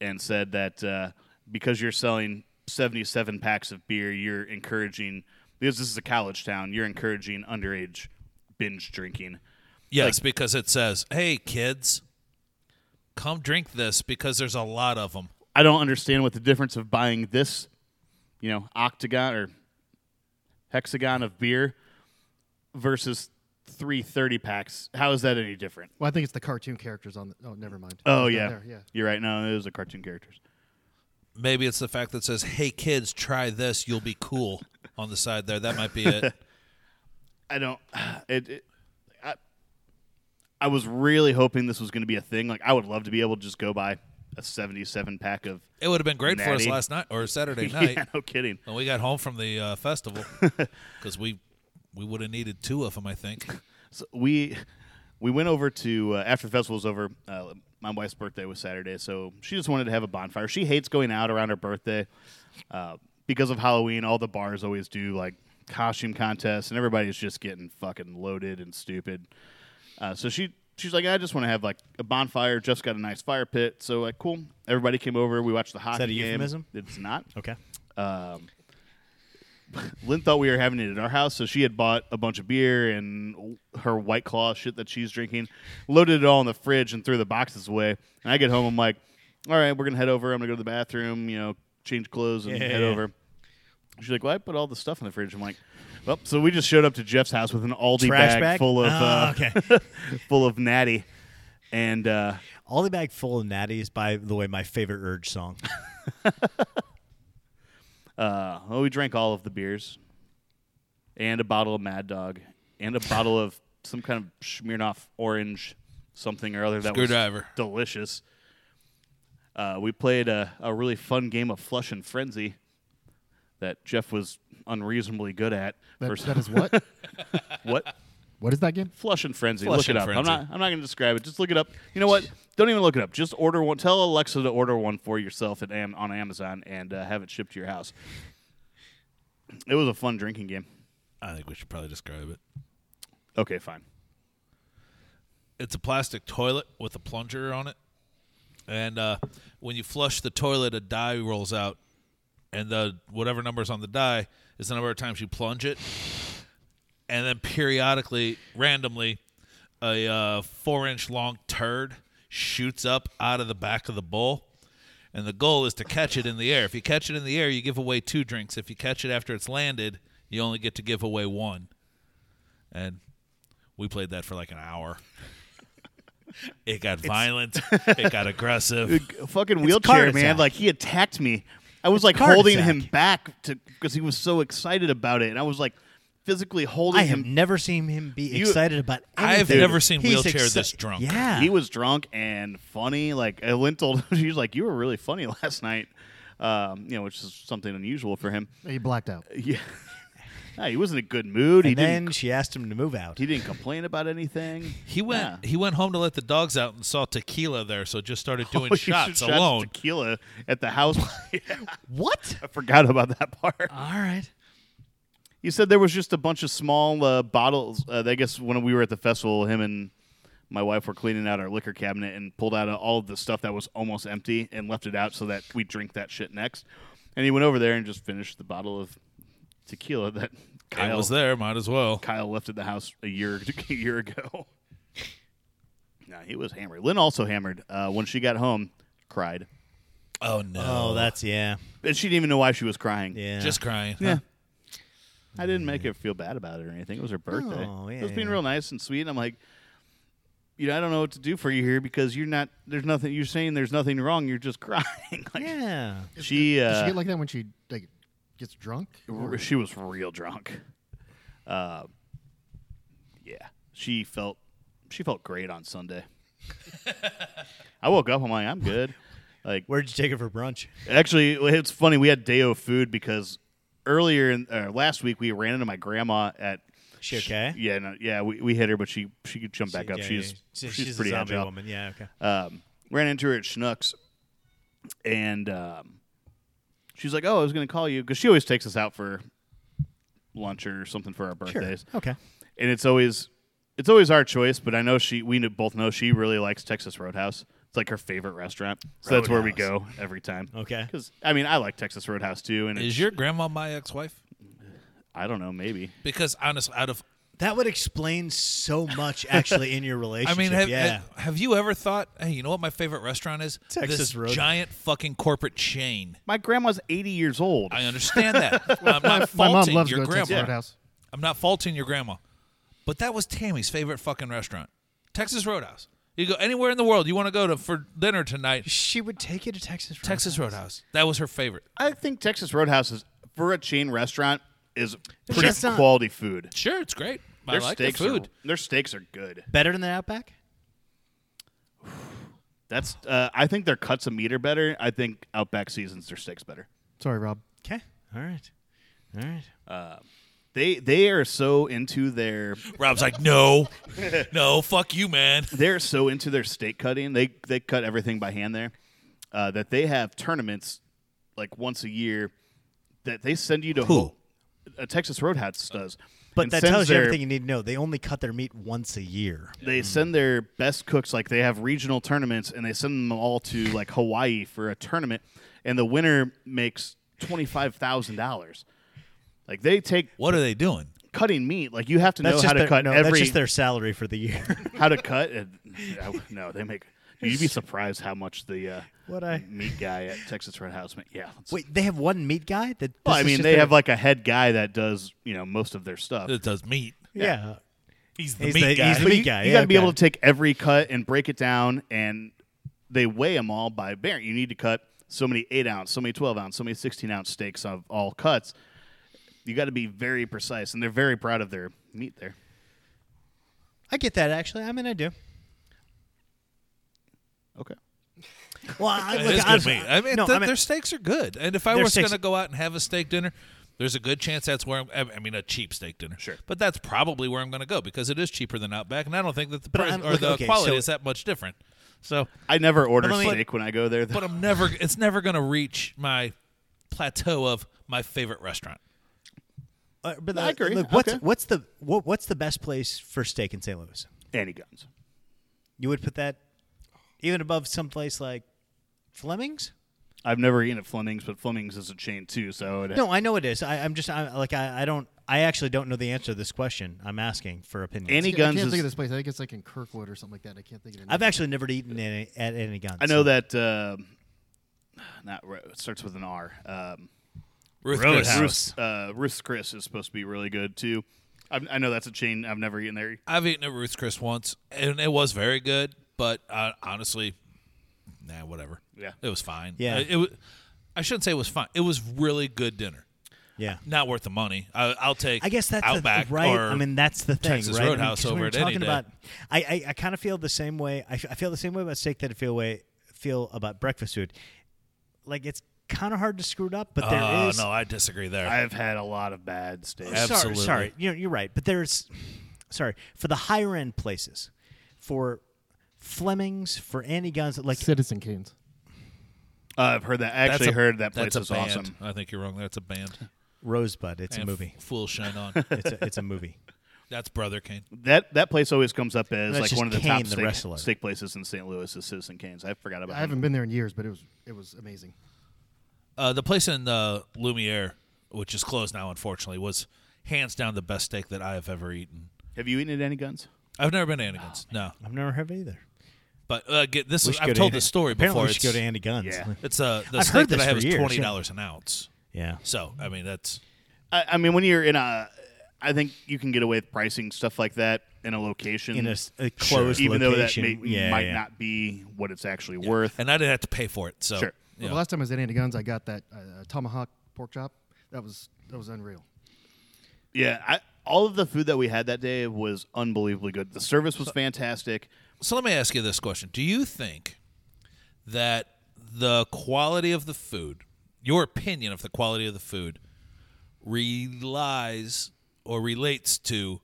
D: and said that uh, because you're selling 77 packs of beer, you're encouraging because this is a college town, you're encouraging underage binge drinking.
B: Yes, because it says, "Hey, kids, come drink this," because there's a lot of them.
D: I don't understand what the difference of buying this, you know, octagon or hexagon of beer versus three 30 packs. How is that any different?
F: Well, I think it's the cartoon characters on the. Oh, never mind.
D: Oh
F: It's not
D: yeah.
F: there, yeah.
D: You're right. No, those are cartoon characters.
B: Maybe it's the fact that says, "Hey, kids, try this. You'll be cool." on the side there, that might be it.
D: I don't. It. it I, I was really hoping this was going to be a thing. Like I would love to be able to just go buy a 77 pack of.
B: It would have been great for us
D: Natty.
B: last night or Saturday night
D: Yeah, no kidding.
B: when we got home from the uh, festival because we we would have needed two of them, I think.
D: So we we went over to uh, after the festival was over. Uh, my wife's birthday was Saturday, so she just wanted to have a bonfire. She hates going out around her birthday uh, because of Halloween. All the bars always do like costume contests, and everybody's just getting fucking loaded and stupid. Uh, so she she's like, I just want to have like a bonfire. Jeff's got a nice fire pit, so like cool. Everybody came over. We watched the hockey
C: that a
D: game.
C: euphemism?
D: It's not.
C: okay.
D: Lynn thought we were having it at our house, so she had bought a bunch of beer and her White Claw shit that she's drinking, loaded it all in the fridge and threw the boxes away. And I get home, I'm like, all right, we're going to head over. I'm going to go to the bathroom, you know, change clothes and
C: Yeah.
D: head over. She's like, well, I put all the stuff in the fridge. I'm like, well, so we just showed up to Jeff's house with an Aldi
C: Trash
D: bag,
C: bag?
D: full of
C: Ah,
D: uh, full of natty. And uh,
C: All the bag full of natties, by the way, my favorite Urge song.
D: uh, well, we drank all of the beers and a bottle of Mad Dog and a bottle of some kind of Smirnoff orange something or other that was
B: Screwdriver.
D: delicious. Uh, we played a, a really fun game of Flush and Frenzy that Jeff was unreasonably good at.
F: That,
D: First-
F: that is what?
D: what?
F: what is that game?
D: Flush and Frenzy. look
B: Flush
D: it
B: and
D: up. I'm
B: Frenzy.
D: not. I'm not going to describe it. Just look it up. You know what? Don't even look it up. Just order one. Tell Alexa to order one for yourself at Am- on Amazon and uh, have it shipped to your house. It was a fun drinking game.
B: I think we should probably describe it.
D: Okay, fine.
B: It's a plastic toilet with a plunger on it, and uh, when you flush the toilet, a die rolls out, and the whatever number's on the die is the number of times you plunge it, and then periodically, randomly, a uh, four-inch long turd shoots up out of the back of the bowl. And the goal is to catch it in the air. If you catch it in the air, you give away two drinks. If you catch it after it's landed, you only get to give away one. And we played that for like an hour. It got violent. It got aggressive.
D: fucking
C: card
D: wheelchair
C: attack.
D: man. Like he attacked me. I was like
C: card
D: holding
C: attack.
D: him back to because he was so excited about it, and I was like physically holding
C: I have
D: him.
C: never seen him be
D: You-
C: excited about
B: I have
C: anything.
B: never seen
C: He's
B: wheelchair
C: exci-
B: this drunk.
C: Yeah.
D: He was drunk and funny. Like Lynn told him, she was like, "You were really funny last night," um, you know, which is something unusual for him.
F: You blacked out.
D: Yeah, Nah, he was in a good mood. he
C: and then
D: didn't.
C: she asked him to move out.
D: He didn't complain about anything.
B: He went.
D: Yeah.
B: He went home to let the dogs out and saw tequila there, so just started doing
D: Oh, he
B: shots
D: shot
B: alone.
D: Tequila at the house. Yeah,
C: What?
D: I forgot about that part.
C: All right.
D: You said there was just a bunch of small uh, bottles. Uh, I guess when we were at the festival, him and my wife were cleaning out our liquor cabinet and pulled out all of the stuff that was almost empty and left it out so that we drink that shit next. And he went over there and just finished the bottle of tequila that
B: I
D: Kyle
B: was there. Might as well.
D: Kyle left at the house a year a year ago. nah, he was hammered. Lynn also hammered uh, when she got home. Cried,
B: Oh no!
C: Oh, that's yeah.
D: and she didn't even know why she was crying.
C: Yeah.
B: just crying.
D: Yeah.
B: huh?
D: I didn't make her feel bad about it or anything. It was her birthday.
C: Oh, yeah,
D: it was being
C: yeah.
D: real nice and sweet. And I'm like, you know, I don't know what to do for you here because you're not. There's nothing. You're saying there's nothing wrong. You're just crying. like,
C: yeah.
D: She
F: Does
D: uh,
F: she get like that when she like gets drunk?
D: r- she was real drunk. Uh, yeah, she felt she felt great on Sunday. I woke up. I'm like, I'm good. Like
C: Where'd you take her for brunch?
D: Actually, it's funny. We had day of food because earlier in uh, last week we ran into my grandma at.
C: She okay?
D: yeah, no, yeah. We, we hit her, but she she could jump back up.
C: Yeah,
D: she's,
C: yeah.
D: she's
C: a
D: pretty
C: zombie
D: agile.
C: woman. Yeah. Okay.
D: Um, ran into her at Schnucks, and um, she's like, "Oh, I was going to call you because she always takes us out for lunch or something for our birthdays."
C: Okay.
D: and it's always it's always our choice. But I know she we kn- both know she really likes Texas Roadhouse. It's like her favorite restaurant, so that's where we go every time.
C: Okay.
D: because I mean I like Texas Roadhouse too, and
B: Is
D: it's,
B: your grandma my ex-wife?
D: I don't know maybe
B: Because honestly, out of
C: That would explain so much, actually, in your
B: I
C: relationship.
B: mean, have,
C: yeah.
B: have, have you ever thought, hey, you know what my favorite restaurant is?
C: Texas
B: this
C: Roadhouse.
B: giant fucking corporate chain.
D: my grandma's eighty years old.
B: I understand that. I'm not
F: My mom
B: faulting
F: loves
B: your
F: going to
B: grandma.
F: Texas Roadhouse.
B: I'm not faulting your grandma, but that was Tammy's favorite fucking restaurant, Texas Roadhouse. You go anywhere in the world you want to go to for dinner tonight,
C: she would take you to Texas. Roadhouse.
B: Texas Roadhouse. That was her favorite.
D: I think Texas Roadhouse is for a chain restaurant is pretty
C: just not-
D: quality food.
B: Sure, it's great.
D: Their
B: I like the
D: steaks
B: food.
D: Are, their steaks are good.
C: Better than the Outback.
D: That's uh, I think their cuts of meat are better. I think Outback seasons their steaks better.
F: Sorry, Rob.
C: Okay. All right. All right.
D: They they are so into their
B: Rob's like, no, no, fuck you, man.
D: they're so into their steak cutting. They they cut everything by hand there. Uh, that they have tournaments like once a year that they send you to
B: Who?
D: a Texas Roadhouse does.
C: But
D: and
C: that
D: sends
C: tells you
D: their-
C: everything you need to know. They only cut their meat once a year.
D: They send their best cooks like they have regional tournaments and they send them all to like Hawaii for a tournament and the winner makes $25,000. Like they take
B: What are they doing?
D: cutting meat like you have to
C: That's
D: know
C: just
D: how to
C: their,
D: cut
C: no,
D: every
C: that's just their salary for the year.
D: how to cut and no, no, they make you'd be surprised how much the uh,
C: What I-
D: meat guy at Texas Roadhouse make. Yeah. it's-
C: Wait, they have one meat guy that. this
D: Well, I
C: is
D: mean,
C: just
D: they
C: their-
D: have like a head guy that does, you know, most of their stuff.
B: It does meat.
C: yeah.
B: He's the
C: He's
B: meat
C: the-
B: guy.
C: he's the
D: But
C: meat
D: you,
C: guy,
D: You
C: yeah,
D: got to be
C: okay.
D: able to take every cut and break it down, and they weigh them all by bearing. You need to cut so many eight ounce, so many twelve ounce, so many sixteen ounce steaks of all cuts. You got to be very precise, and they're very proud of their meat there.
C: I get that actually. I mean, I do.
D: Okay.
C: Well, I,
B: It
C: look,
B: is good
C: honestly,
B: meat. I mean,
C: no,
B: th-
C: I mean-
B: their steaks are good. And if I
C: Their
B: was
C: steaks-
B: going to go out and have a steak dinner, there's a good chance that's where I'm. I I mean, a cheap steak dinner,
D: Sure.
B: but that's probably where I'm going to go because it is cheaper than Outback, and I don't think that the price
C: I'm-
B: or
C: look,
B: the
C: okay,
B: quality
C: so-
B: is that much different. So,
D: I never order
B: But let me-
D: steak when I go there. Though.
B: but I'm never. It's never going to reach my plateau of my favorite restaurant.
C: uh, but uh,
D: I agree.
C: Look, what's
D: Okay.
C: what's the what, what's the best place for steak in St. Louis?
D: Annie Guns.
C: You would put that even above someplace like Fleming's.
D: I've never eaten at Fleming's, but Fleming's is a chain too, so it,
C: No, I know it is. I, I'm just I, like I, I don't. I actually don't know the answer to this question. I'm asking for opinions.
D: Any-
F: I
D: Guns
F: can't
D: is-
F: think of this place. I think it's like in Kirkwood or something like that. I can't think of it.
C: I've actually never eaten any, at any guns.
D: I know that. Uh, not Ro- it starts with an R. Um,
B: Ruth
C: Roadhouse.
B: Chris.
D: Ruth's, uh, Ruth's Chris is supposed to be really good too. I, I know that's a chain I've never eaten there.
B: I've eaten at Ruth's Chris once, and it was very good. But uh, honestly, nah, whatever.
D: Yeah.
B: it was fine.
C: Yeah.
B: Uh, it was. I shouldn't say it was fine. It was really good dinner.
C: Yeah.
B: Not worth the money. I, I'll take.
C: I guess that's the-
B: Outback
C: right.
B: Or
C: I mean, that's the thing,
B: Texas
C: right? I mean,
B: Roadhouse
C: 'cause when
B: over
C: you're
B: it any
C: talking
B: day.
C: about, I I, I kind of feel the same way. I, f- I feel the same way about steak that I feel way feel about breakfast food. Like it's kind of hard to screw it up, but there is.
B: Oh, no, I disagree there.
D: I've had a lot of bad steak.
B: Ab- Absolutely.
C: Sorry, sorry. You're, you're right. But there's, sorry, for the higher end places, for Fleming's, for Annie Guns, like
F: Citizen Canes.
D: Uh, I've heard that. I actually
B: a-
D: heard that place
B: that's a
D: is
B: band.
D: awesome.
B: I think you're wrong. That's a band.
C: Rosebud. It's a
B: And
C: movie.
B: F- Fool shine on.
C: It's a, it's a movie.
B: that's Brother Kane.
D: That that place always comes up as
C: That's
D: like
C: just
D: one of the
C: Kane,
D: top
C: the wrestler.
D: steak, steak places in St. Louis is Citizen Cane's. I forgot about.
F: I haven't
D: him.
F: been there in years, but it was it was amazing.
B: Uh, the place in uh, Lumiere, which is closed now, unfortunately, was hands down the best steak that I have ever eaten.
D: Have you eaten at Annie Guns?
B: I've never been to Anigan's. no,
C: I've never heard of it either.
B: but uh, get, this
C: We
B: is,
C: should go
B: I've
C: to
B: told
C: Andy-
B: this story
C: apparently
B: before.
C: We should go
B: It's-
C: to Andy Guns.
D: Yeah.
B: It's uh, the
C: I've
B: steak
C: heard
B: that
C: this
B: I have
C: for
B: is
C: years,
B: twenty dollars an ounce.
C: Yeah.
B: So I mean that's
D: I, I mean, when you're in a, I think you can get away with pricing stuff like that in a location,
C: In a, s- a closed
D: even though that
C: location.
D: may,
C: yeah,
D: might
C: yeah.
D: not be what it's actually worth.
B: and I didn't have to pay for it. So
D: Sure.
B: yeah.
F: The last time I was at Andy Guns, I got that uh, tomahawk pork chop. That was that was unreal.
D: Yeah, I, all of the food that we had that day was unbelievably good. The service was fantastic.
B: so let me ask you this question: Do you think that the quality of the food, your opinion of the quality of the food, relies or relates to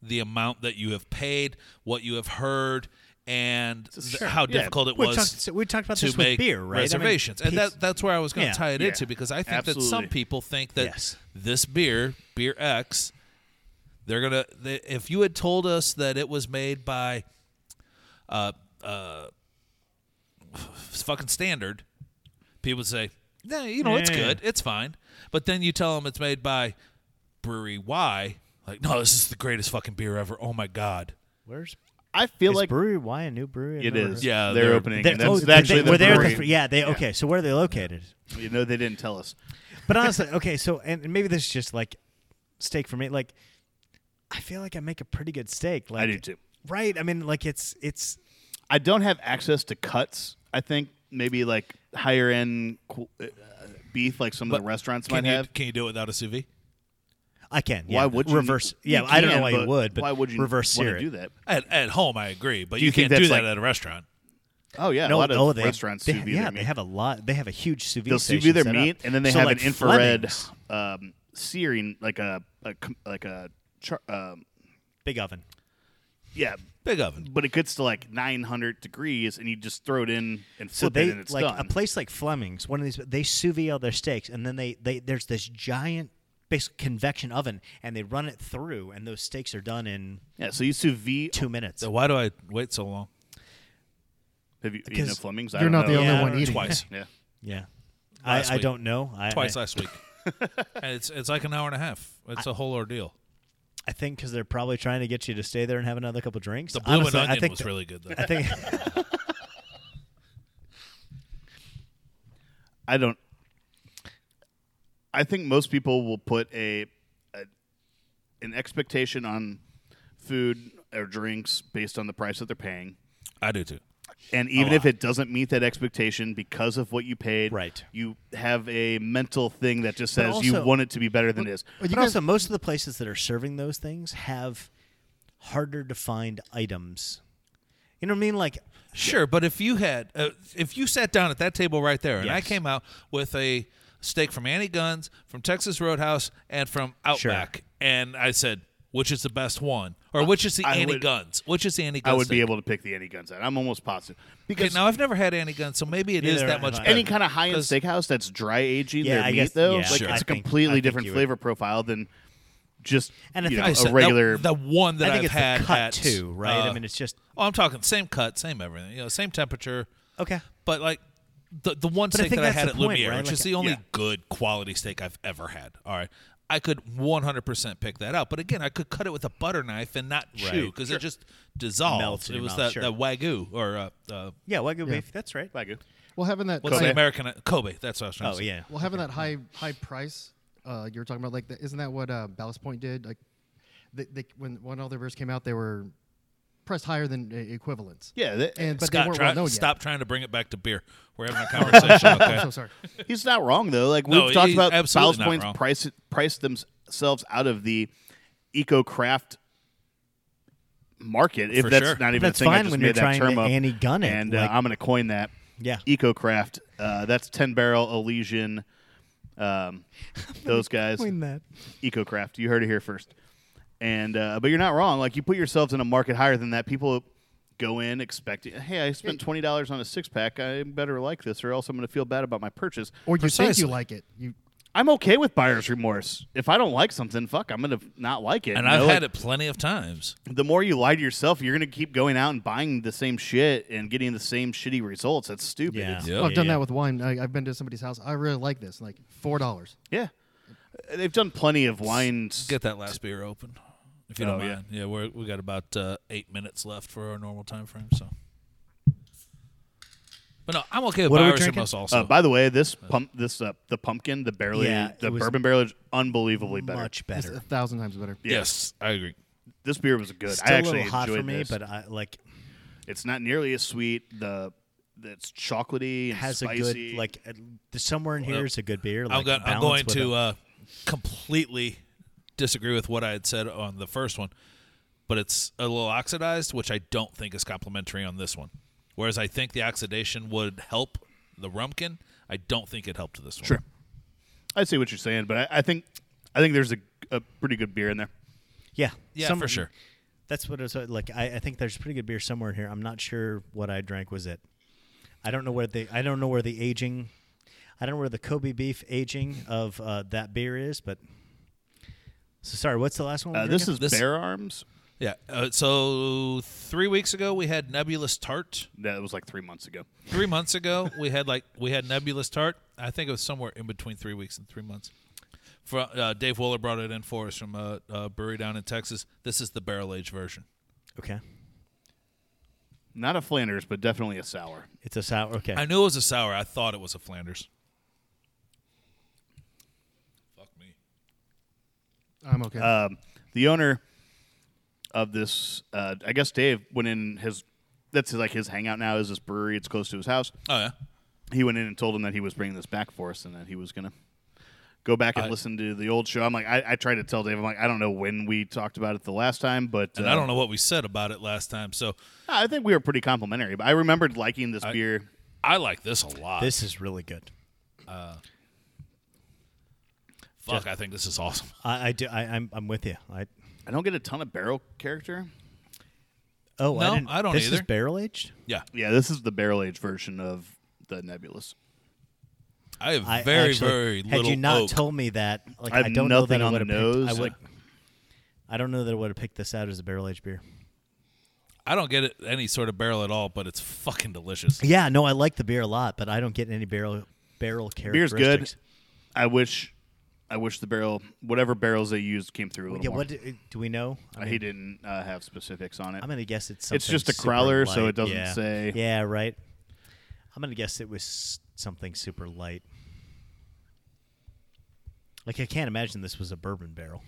B: the amount that you have paid, what you have heard, and th-
D: sure,
B: how
D: yeah.
B: difficult it
C: We
B: was
C: talked- we talked about
B: to
C: this with
B: make
C: beer, right? I mean,
B: Reservations, and
C: pizza-
B: that, that's where I was going to
C: Yeah.
B: tie it
D: Yeah.
B: into because I think that some
D: Absolutely.
B: people think that
C: Yes.
B: this beer, beer X, they're gonna. They, if you had told us that it was made by, uh, uh, fucking standard, people would say, "No, you know it's
C: Yeah.
B: good, it's fine." But then you tell them it's made by brewery Y, like, "No, this is the greatest fucking beer ever." Oh my god.
C: Where's
D: I feel
C: is
D: like
C: brewery? Why a new brewery? I've
D: it
C: never
D: is.
C: heard-
B: Yeah,
D: they're,
B: they're-
D: opening.
C: They're-
D: and that's,
C: oh,
D: that's actually
C: they, were
D: the
C: they at
D: brewery.
C: fr- yeah, they okay. So where are they located?
D: You know, they didn't tell us.
C: But honestly, okay, so and, and maybe this is just like steak for me. Like, I feel like I make a pretty good steak. Like,
D: I do too.
C: Right? I mean, like it's it's
D: I don't have access to cuts. I think maybe like higher end qu- uh, beef, like some of the restaurants
B: Can
D: might
B: you
D: have.
B: can you do it without a sous vide?
C: I can.
D: Why
C: yeah.
D: would you
C: reverse?
D: need-
C: yeah,
D: you
C: I don't know
D: can,
C: why you would, but
D: why would you
C: reverse
D: wanna
C: sear it?
D: do that?
B: At, at home, I agree, but
D: Do
B: you,
D: you think
B: can't do
D: that's
B: that
D: like-
B: at a restaurant.
D: Oh yeah,
C: No,
D: a lot
C: oh,
D: of
C: they,
D: restaurants
C: they,
D: sous vide
C: yeah,
D: their
C: they
D: meat.
C: have a lot. They have a huge sous vide.
D: They'll sous
C: station
D: vide their
C: set up.
D: meat, and then they
C: So,
D: have
C: like,
D: an infrared
C: Fleming's,
D: um, searing, like a, a com- like a char- um,
C: big oven.
D: yeah.
B: Big oven.
D: But it gets to like 900 degrees, and you just throw it in and flip
C: So they
D: it, and it's
C: like
D: done.
C: a place like Fleming's. One of these, they sous vide all their steaks, and then they, they there's this giant, basic convection oven, and they run it through, and those steaks are done in
D: yeah, so you sous vide.
C: two minutes.
B: So why do I wait so long?
D: Have you eaten
C: Because
D: at Fleming's? I
F: You're
D: don't
F: not
D: know.
F: the only
C: Yeah, I
F: one
C: don't know.
F: eating.
B: Twice.
D: Yeah.
C: Yeah,
B: Last
C: I, I
B: week.
C: don't know. I,
B: Twice
C: I,
B: last week. and it's it's like an hour and a half. It's a whole ordeal.
C: I think because they're probably trying to get you to stay there and have another couple drinks.
B: The blue
C: Honestly,
B: and
C: I
B: onion
C: think
B: was
C: th-
B: really good though.
C: I think
D: I don't. I think most people will put a, a an expectation on food or drinks based on the price that they're paying,
B: I do too.
D: and even if it doesn't meet that expectation because of what you paid,
C: Right.
D: You have a mental thing that just says you
C: also-
D: want it to be better than it is.
C: But also, most of the places that are serving those things have harder to find items. You know what I mean? Like
B: Sure, but if you had, uh, if you sat down at that table right there, and I
C: Yes.
B: came out with a steak from Annie Guns, from Texas Roadhouse, and from Outback, and I said, which is the best one, or which is the
D: I
B: Annie
D: would-
B: Guns, which is the Annie
D: I
B: Guns?
D: would be able to pick the any guns out. I'm almost positive
B: Okay,
D: because
B: now I've never had Annie Guns, so maybe it is
C: Neither
B: that
C: have
B: much.
C: I.
B: better.
D: any kind of high end
B: 'Cause-
D: steakhouse that's dry aging
C: uh, Yeah,
D: their
C: I
D: meat
C: guess-
D: though,
C: yeah,
D: like
C: sure.
D: it's a
C: I think- I
D: completely
C: think
D: different
C: you would-
D: flavor profile than just
C: And I
D: you
C: think
D: know,
C: I
D: a
B: said, that-
D: regular.
B: the one that
C: I think it's
B: have had
C: the cut
B: at,
C: too, right?
B: uh,
C: I mean, it's just
B: oh, I'm talking same cut, same everything, you know, same temperature,
C: okay.
B: but like. The, the one
C: I
B: steak
C: think
B: that I
C: that's
B: had
C: the
B: at
C: point,
B: Lumiere,
C: right?
B: which
C: Like,
B: is the only
D: yeah.
B: good quality steak I've ever had. All right. I could 100% pick that out. But again, I could cut it with a butter knife and not chew because it just dissolves.
C: Melts in
B: it
C: your
B: was
C: mouth,
B: that,
C: sure.
B: that Wagyu or uh, uh,
C: Yeah, wagyu beef. That's right.
D: Wagyu.
F: Well, having that
B: what's
F: high,
B: the American? uh, Kobe. That's what I was trying
C: Oh
B: to say.
C: yeah.
F: well having that high high price uh, you were talking about like that, isn't that what uh, Ballast Point did? Like, they, they, when when all their beers came out, they were priced higher than uh, equivalents.
D: Yeah, that-
F: and but they
B: Scott,
F: weren't
B: try,
F: well known
B: stop trying to bring it back to beer. We're having a conversation.
F: yet. I'm
B: Okay.
F: so sorry.
D: He's not wrong though. Like
B: No,
D: we've talked
B: he's
D: about,
B: absolutely
D: Ballast
B: not
D: Points
B: wrong.
D: price price themselves out of the eco craft market. If
B: For
D: that's
B: sure.
D: not even
C: That's
D: a thing, I
C: fine
D: just
C: when
D: made
C: you're
D: that
C: trying
D: term
C: to
D: up,
C: Annie gun it,
D: and
C: like-
D: uh, I'm going to coin that.
C: Yeah.
D: eco craft. Uh, that's ten barrel Elysian. Um, those guys,
C: Between that.
D: eco craft. You heard it here first. And uh, but you're not wrong. Like you put yourselves in a market higher than that. People go in expecting, hey, I spent twenty dollars on a six pack. I better like this, or else I'm going to feel bad about my purchase.
F: Or you think
B: Precisely.
F: you like it? You
D: I'm okay with buyer's remorse. If I don't like something, fuck, I'm gonna not like it.
B: And
D: you know?
B: I've had
D: Like,
B: it plenty of times.
D: The more you lie to yourself, you're gonna keep going out and buying the same shit and getting the same shitty results. That's stupid.
C: Yeah.
D: It's-
B: Yeah.
F: well, I've done
C: yeah.
F: that with wine. I, I've been to somebody's house. I really like this. Like four dollars.
D: yeah. Uh, They've done plenty of wines.
B: Get that last beer open, if you don't
D: Oh, yeah.
B: mind. Yeah, we're, we got about uh, eight minutes left for our normal time frame. So, but no, I'm okay with
C: What are we
B: Buyer's
C: drinking?
B: Remorse also.
D: Uh, by the way, this pump, this uh, the pumpkin, the barely,
C: Yeah, it
D: the
C: was
D: bourbon barrel is unbelievably better.
C: Much
F: It's
C: better.
F: a thousand times better.
D: Yeah.
B: yes, I agree.
D: This beer was good.
C: Still
D: I
C: a
D: actually
C: little hot for
D: enjoyed
C: me,
D: this.
C: but I like
D: it's not nearly as sweet. The it's chocolatey and
C: has
D: spicy.
C: a good like uh, there's somewhere in here is a good beer. Like,
B: I'm, go- I'm
C: balance
B: going
C: with
B: to
C: a-
B: uh, completely disagree with what I had said on the first one, but it's a little oxidized, which I don't think is complimentary on this one. Whereas I think the oxidation would help the rumkin, I don't think it helped this one.
D: Sure. I see what you're saying, but I, I think I think there's a, a pretty good beer in there.
C: yeah
B: Yeah,
C: some-
B: for sure.
C: That's what it was uh, like. I, I think there's pretty good beer somewhere in here. I'm not sure what I drank was it. I don't know where the I don't know where the aging, I don't know where the Kobe beef aging of uh, that beer is. But so sorry. What's the last one? we're
D: Uh, this
C: drinking?
D: is
B: This-
D: Bear Arms.
B: Yeah. Uh, so three weeks ago we had Nebulous Tart.
D: That was like three months ago.
B: Three months ago we had like we had Nebulous Tart. I think it was somewhere in between three weeks and three months. For, uh, Dave Wooler brought it in for us from a, a brewery down in Texas. This is the barrel aged version.
C: okay.
D: Not a Flanders, but definitely a sour.
C: It's a sour. Okay.
B: I knew it was a sour. I thought it was a Flanders. Fuck me.
F: I'm okay.
D: Um, the owner of this, uh, I guess Dave went in his. That's like his hangout now is this brewery. It's close to his house.
B: Oh yeah.
D: He went in and told him that he was bringing this back for us and that he was gonna go back and
B: I-
D: listen to the old show. I'm like, I, I tried to tell Dave, I'm like, I don't know when we talked about it the last time, but uh,
B: And I don't know what we said about it last time, so
D: I think we were pretty complimentary, but I remembered liking this beer.
B: I like this a lot.
C: this is really good.
B: Fuck, I think this is awesome.
C: I, I do. I, I'm I'm with you. I
D: I don't get a ton of barrel character.
C: oh I,
B: No,
C: didn't,
B: I don't
C: This is
B: either.
C: barrel aged.
B: Yeah,
D: Yeah, this is the barrel aged version of the Nebulous.
B: I have
C: I
B: very
C: actually-
B: very
C: had
B: little.
C: you not
B: oak.
C: told me that, like
D: I
C: I,
D: have
C: don't know that
D: nothing
C: I
D: on
C: would have
D: the
C: picked. I
D: nose.
C: would. I don't know that I would have picked this out as a barrel aged beer.
B: I don't get it any sort of barrel at all, but it's fucking delicious.
C: Yeah, no, I like the beer a lot, but I don't get any barrel barrel
D: Beer's
C: characteristics.
D: good. I wish, I wish the barrel, whatever barrels they used, came through a little
C: Yeah,
D: more.
C: what do, do we know? I
D: he didn't uh, have specifics on it.
C: I'm gonna guess it's something.
D: It's just a
C: super
D: crowler, so
C: light.
D: it doesn't
C: Yeah.
D: say.
C: Yeah, right. I'm gonna guess it was something super light. Like I can't imagine this was a bourbon barrel.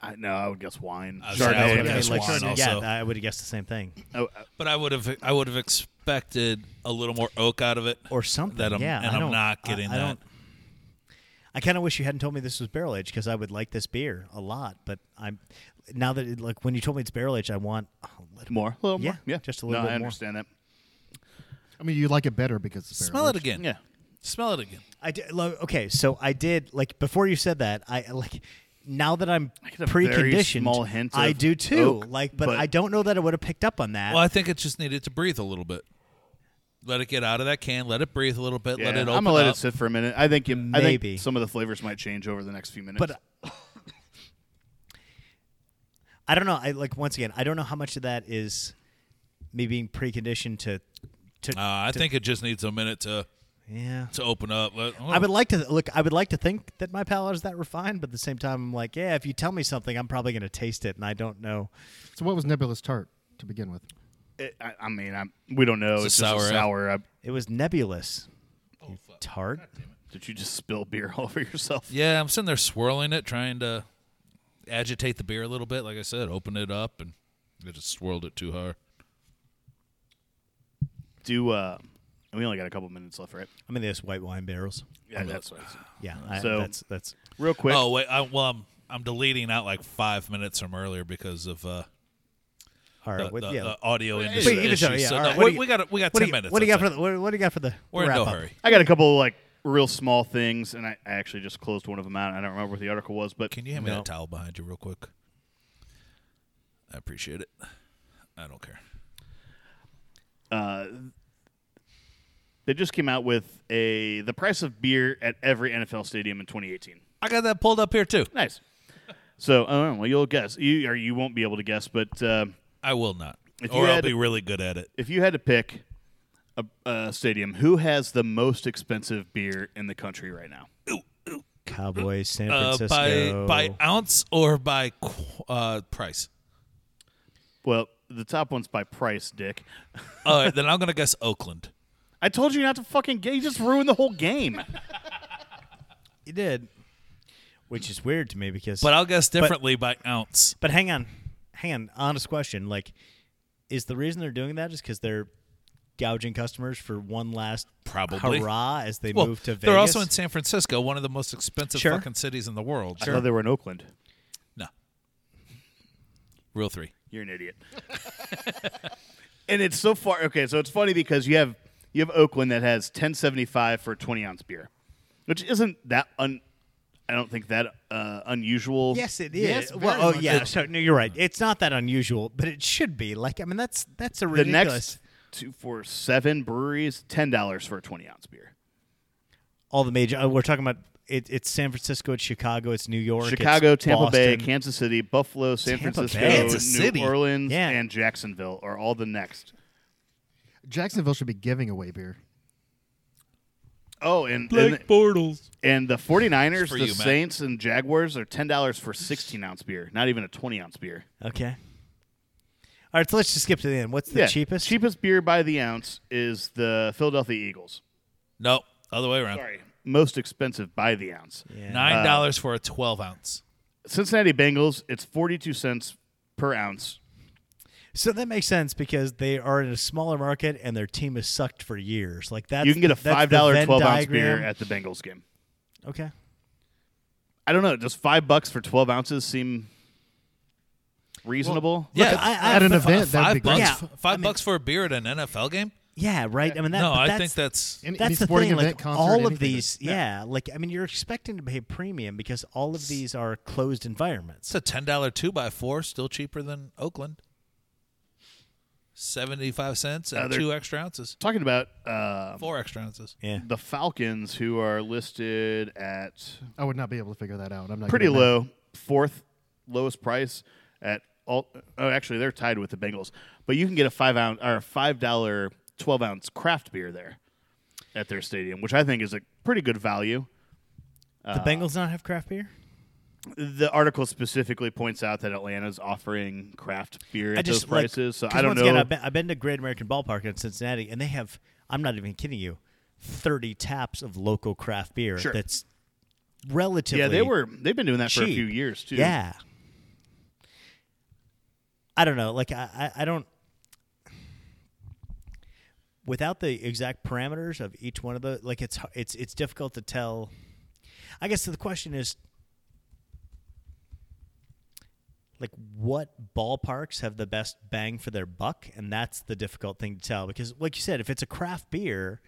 D: I, no, I would guess wine.
B: I was gonna say, I
D: Chardonnay.
B: would
D: I
B: guess
D: guess
B: wine
D: wine.
B: also.
C: yeah, I would have guessed the same thing
D: Oh, uh,
B: But I would have I would have expected a little more oak out of it
C: or something.
B: That I'm,
C: yeah,
B: and
C: I
B: I'm
C: don't-
B: not getting
C: I, I
B: that.
C: don't- I kind of wish you hadn't told me this was barrel aged because I would like this beer a lot. But I'm now that it, like when you told me it's barrel aged, I want a little
D: more, a little
C: Yeah,
D: more. Yeah,
C: just a little
D: no,
C: bit
D: I
C: more.
D: understand that.
F: I mean, you like it better because it's
B: Smell it again.
D: Yeah.
B: Smell it again.
C: I did, lo- okay, so I did like before you said that. I like now that I'm
D: get a very
C: preconditioned.
D: small hint
C: I
D: of
C: do too.
D: oak,
C: like, but,
D: but-
C: I don't know that I would have picked up on that.
B: Well, I think it just needed to breathe a little bit. Let it get out of that can. Let it breathe a little bit. Let
D: Yeah,
B: it open
D: I'm gonna let
B: up.
D: it sit for a minute. I think you, I
C: Maybe.
D: think some of the flavors might change over the next few minutes.
C: but uh, I don't know. I like once again. I don't know how much of that is me being preconditioned to. to
B: Uh, I think it just needs a minute to
C: yeah.
B: to open up. Let- oh.
C: I would like to look. I would like to think that my palate is that refined, but at the same time, I'm like, yeah. If you tell me something, I'm probably going to taste it, and I don't know.
F: So what was Nebulous Tart to begin with?
D: It- I, I mean, I'm, we don't know.
B: a
D: It's, just
B: sour ale.
D: a sour. I,
C: It was nebulous.
B: Oh,
C: You tart.
D: did you just spill beer all over yourself?
B: yeah, I'm sitting there swirling it, trying to agitate the beer a little bit. Like I said, open it up, and I just swirled it too hard.
D: Do uh, we only got a couple minutes left, right?
C: I mean, there's white wine barrels.
D: Yeah, that's what.
C: Yeah, I,
D: So-
C: that's that's
D: Real quick.
B: Oh wait, I, well I'm I'm deleting out like five minutes from earlier because of uh,
C: all right.
B: the,
C: what,
B: the,
C: yeah.
B: the audio
C: But
B: industry
C: you can
B: issue.
C: show, yeah,
B: so
C: all
B: no,
C: right. What
B: we,
C: do you-
B: we got we
C: what
B: got
C: do
B: ten
C: you,
B: minutes.
C: What do you got for
B: that's it.
C: the? What, what do you got for the?
B: We're in
C: wrap
B: no
C: up?
B: hurry.
D: I got a couple like real small things, and I, I actually just closed one of them out. I don't remember what the article was, but
B: Can you hand me that towel behind you real quick? I appreciate it. I don't care.
D: uh, they just came out with a the price of beer at every NFL stadium in 2018.
B: I got that pulled up here too.
D: Nice. So, I don't know. Well, you'll guess. You or you won't be able to guess, but uh,
B: I will not,
D: If you
B: or I'll
D: had-
B: be really good at it.
D: if you had to pick a, a stadium, who has the most expensive beer in the country right now?
C: Cowboys, San
B: Uh, by
C: Francisco.
B: by ounce or by qu- uh, price?
D: Well, the top one's by price, Dick.
B: All right, then I'm gonna guess Oakland.
D: I told you not to fucking get. You just ruined the whole game.
C: you did, which is weird to me because.
B: But I'll guess differently by ounce.
C: But hang on, hang on. Honest question: Like, is the reason they're doing that is because they're gouging customers for one last
B: Probably.
C: hurrah as they move to Vegas?
B: they're also in San Francisco, one of the most expensive
C: Sure.
B: fucking cities in the world.
D: I thought they were in Oakland.
B: No. Rule three.
D: You're an idiot. and it's so far. Okay, so it's funny because you have you have Oakland that has 1075 for a 20 ounce beer, which isn't that un. I don't think that uh, unusual.
C: Yes, it is.
F: Yes, very
C: well, oh
F: much
C: yeah.
F: so.
C: So no, you're right. It's not that unusual, but it should be. Like, I mean, that's that's a
D: The
C: ridiculous.
D: next two, four, seven breweries, ten dollars for a 20 ounce beer.
C: all the major. Uh, we're talking about it, it's San Francisco, it's Chicago, it's New York,
D: Chicago,
C: it's
D: Tampa Bay,
C: Boston.
D: Kansas City, Buffalo, San
C: Tampa
D: Francisco,
C: Bay.
D: New
B: Kansas City.
D: Orleans,
C: Yeah.
D: and Jacksonville are all the next.
F: Jacksonville should be giving away beer.
D: Oh, and and,
B: Bortles.
D: and the 49ers,
B: For
D: the
B: you, Matt.
D: Saints, and Jaguars are $10 for 16 ounce beer, not even a 20 ounce beer.
C: Okay. All right, so let's just skip to the end. What's the cheapest?
D: Cheapest beer by the ounce is the Philadelphia Eagles.
B: No, other way around.
D: Sorry, most expensive by the ounce.
C: Yeah.
B: Nine dollars for a twelve ounce.
D: Cincinnati Bengals. It's forty-two cents per ounce.
C: So that makes sense because they are in a smaller market and their team is sucked for years. Like that's
D: you can get a
C: that's the
D: five-dollar
C: Venn
D: twelve-ounce
C: diagram.
D: beer at the Bengals game.
C: okay.
D: I don't know. Does five bucks for twelve ounces seem reasonable?
B: Yeah,
C: I- I-
F: at an
C: f-
F: event, that'd be
B: Uh, five bucks.
F: great.
C: Yeah,
B: f-
C: I
B: five
C: mean-
B: bucks for a beer at an NFL game.
C: Yeah, right. I mean, that,
B: no,
C: but
B: I
C: that's,
B: think that's
F: Any, any
C: that's the
F: sporting
C: thing.
F: event,
C: Like
F: concert,
C: all of
F: anything.
C: these, yeah. Like I mean, you're expecting to pay premium because all of these are closed environments.
B: it's a ten dollar two by four, still cheaper than Oakland. Seventy five cents and
D: Uh, they're-
B: two extra ounces,
D: Talking about uh,
B: four extra ounces.
C: Yeah.
D: the Falcons, who are listed at
F: I would not be able to figure that out. I'm not
D: pretty
F: good at math.
D: low, fourth lowest price at all. Oh, actually, they're tied with the Bengals. But you can get a five ounce or a five dollar twelve ounce craft beer there at their stadium, which I think is a pretty good value. Uh,
C: the Bengals not have craft beer.
D: The article specifically points out that Atlanta's offering craft beer at
C: I just
D: those prices,
C: like,
D: so
C: 'cause
D: I don't
C: once
D: know.
C: Again, I've, been, I've been to Great American Ballpark in Cincinnati, and they have. I'm not even kidding you. Thirty taps of local craft beer.
D: Sure.
C: That's relatively.
D: yeah, they were. They've been doing that for a
C: cheap.
D: few years too.
C: Yeah. I don't know. Like I, I, I don't. Without the exact parameters of each one of the, like it's h- it's it's difficult to tell. I guess the question is, like what ballparks have the best bang for their buck, and that's the difficult thing to tell because, like you said, if it's a craft beer,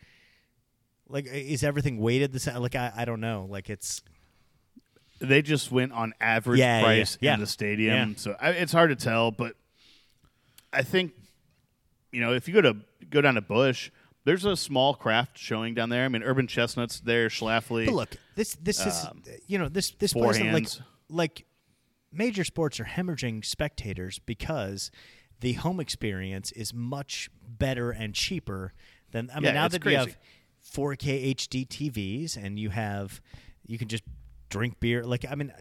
C: like i- is everything weighted the same? Like I, I don't know. Like it's
D: They just went on average
C: Yeah, yeah,
D: price
C: yeah.
D: in the stadium,
C: Yeah.
D: so I, it's hard to tell. But I think you know if you go to go down to Bush, there's a small craft showing down there. I mean, Urban Chestnuts there, Schlafly.
C: But look, this this is you know this this
D: um, four
C: place that, like
D: hands.
C: like major sports are hemorrhaging spectators because the home experience is much better and cheaper than I mean
D: Yeah,
C: now
D: it's
C: that you
D: crazy.
C: have 4K HD TVs and you have you can just drink beer like I mean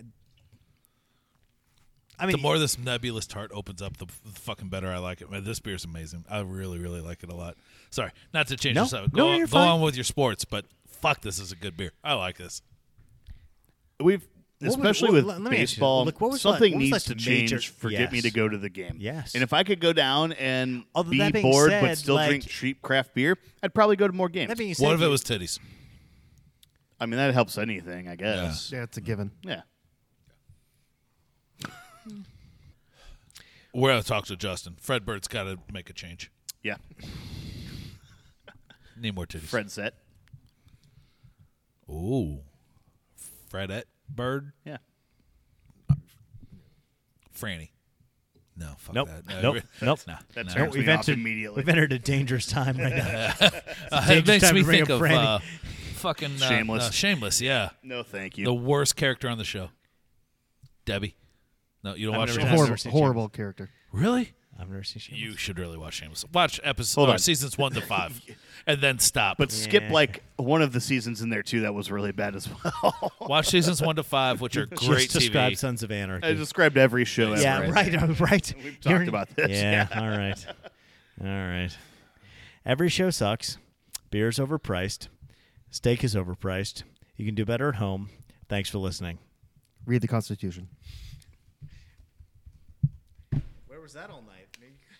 C: I mean
B: The more this nebulous tart opens up, the, f- the fucking better I like it. Man, this beer's amazing. I really, really like it a lot. Sorry, not to change
C: No.
B: the subject. Go,
C: No,
B: on,
C: you're
B: go
C: fine.
B: on with your sports, but fuck, this is a good beer. I like this.
D: We've
C: was-
D: especially
C: what-
D: with
C: let- let me ask you,
D: baseball,
C: look, what was the-
D: something
C: what was
D: needs
C: the
D: to change
C: major-
D: for get me
C: Yes.
D: to go to the game.
C: Yes.
D: And if I could go down and
C: Although
D: be
C: that being
D: bored
C: said,
D: but still
C: like-
D: drink cheap craft beer, I'd probably go to more games.
C: that being said,
B: What if it
C: you-
B: was titties?
D: I mean, that helps anything, I guess.
F: Yeah, it's a given.
D: Yeah.
B: We're gonna talk to Justin. Fred Bird's got to make a change.
D: Yeah.
B: Need more titties.
D: Fred set.
B: Ooh, Fredette Bird,
D: Yeah.
B: Franny. No, fuck
C: Nope.
B: that. No,
C: Nope. Nope.
B: Nah, Uh,
D: That
B: nah.
C: No,
D: turns
C: we've
D: me off
C: entered
D: immediately.
C: We've entered a dangerous time right now.
B: it
C: Dangerous
B: makes
C: time
B: me
C: to bring up
B: think of
C: Franny.
B: uh, fucking uh,
D: Shameless.
B: uh, shameless, yeah.
D: No, thank
B: The
D: you.
B: worst character on the show, Debbie. No, you don't watch
C: never
B: Shameless.
C: seen
F: Horrible,
C: seen
F: horrible character.
B: Really?
C: I've never seen Shameless.
B: You should really watch Shameless. Watch episode
D: Hold
B: or
D: on.
B: seasons one to five, and then stop.
D: But skip
C: Yeah.
D: like one of the seasons in there too that was really bad as well.
B: watch seasons one to five, which are great
C: just describe
B: TV.
C: Sons of Anarchy.
D: I described every show ever.
C: Yeah, right,
D: I
C: uh, right.
D: We've
C: You're-
D: talked about this.
C: Yeah, all right. All right. Every show sucks. Beer's overpriced. Steak is overpriced. You can do better at home. Thanks for listening.
F: Read the Constitution.
C: Where was that all night?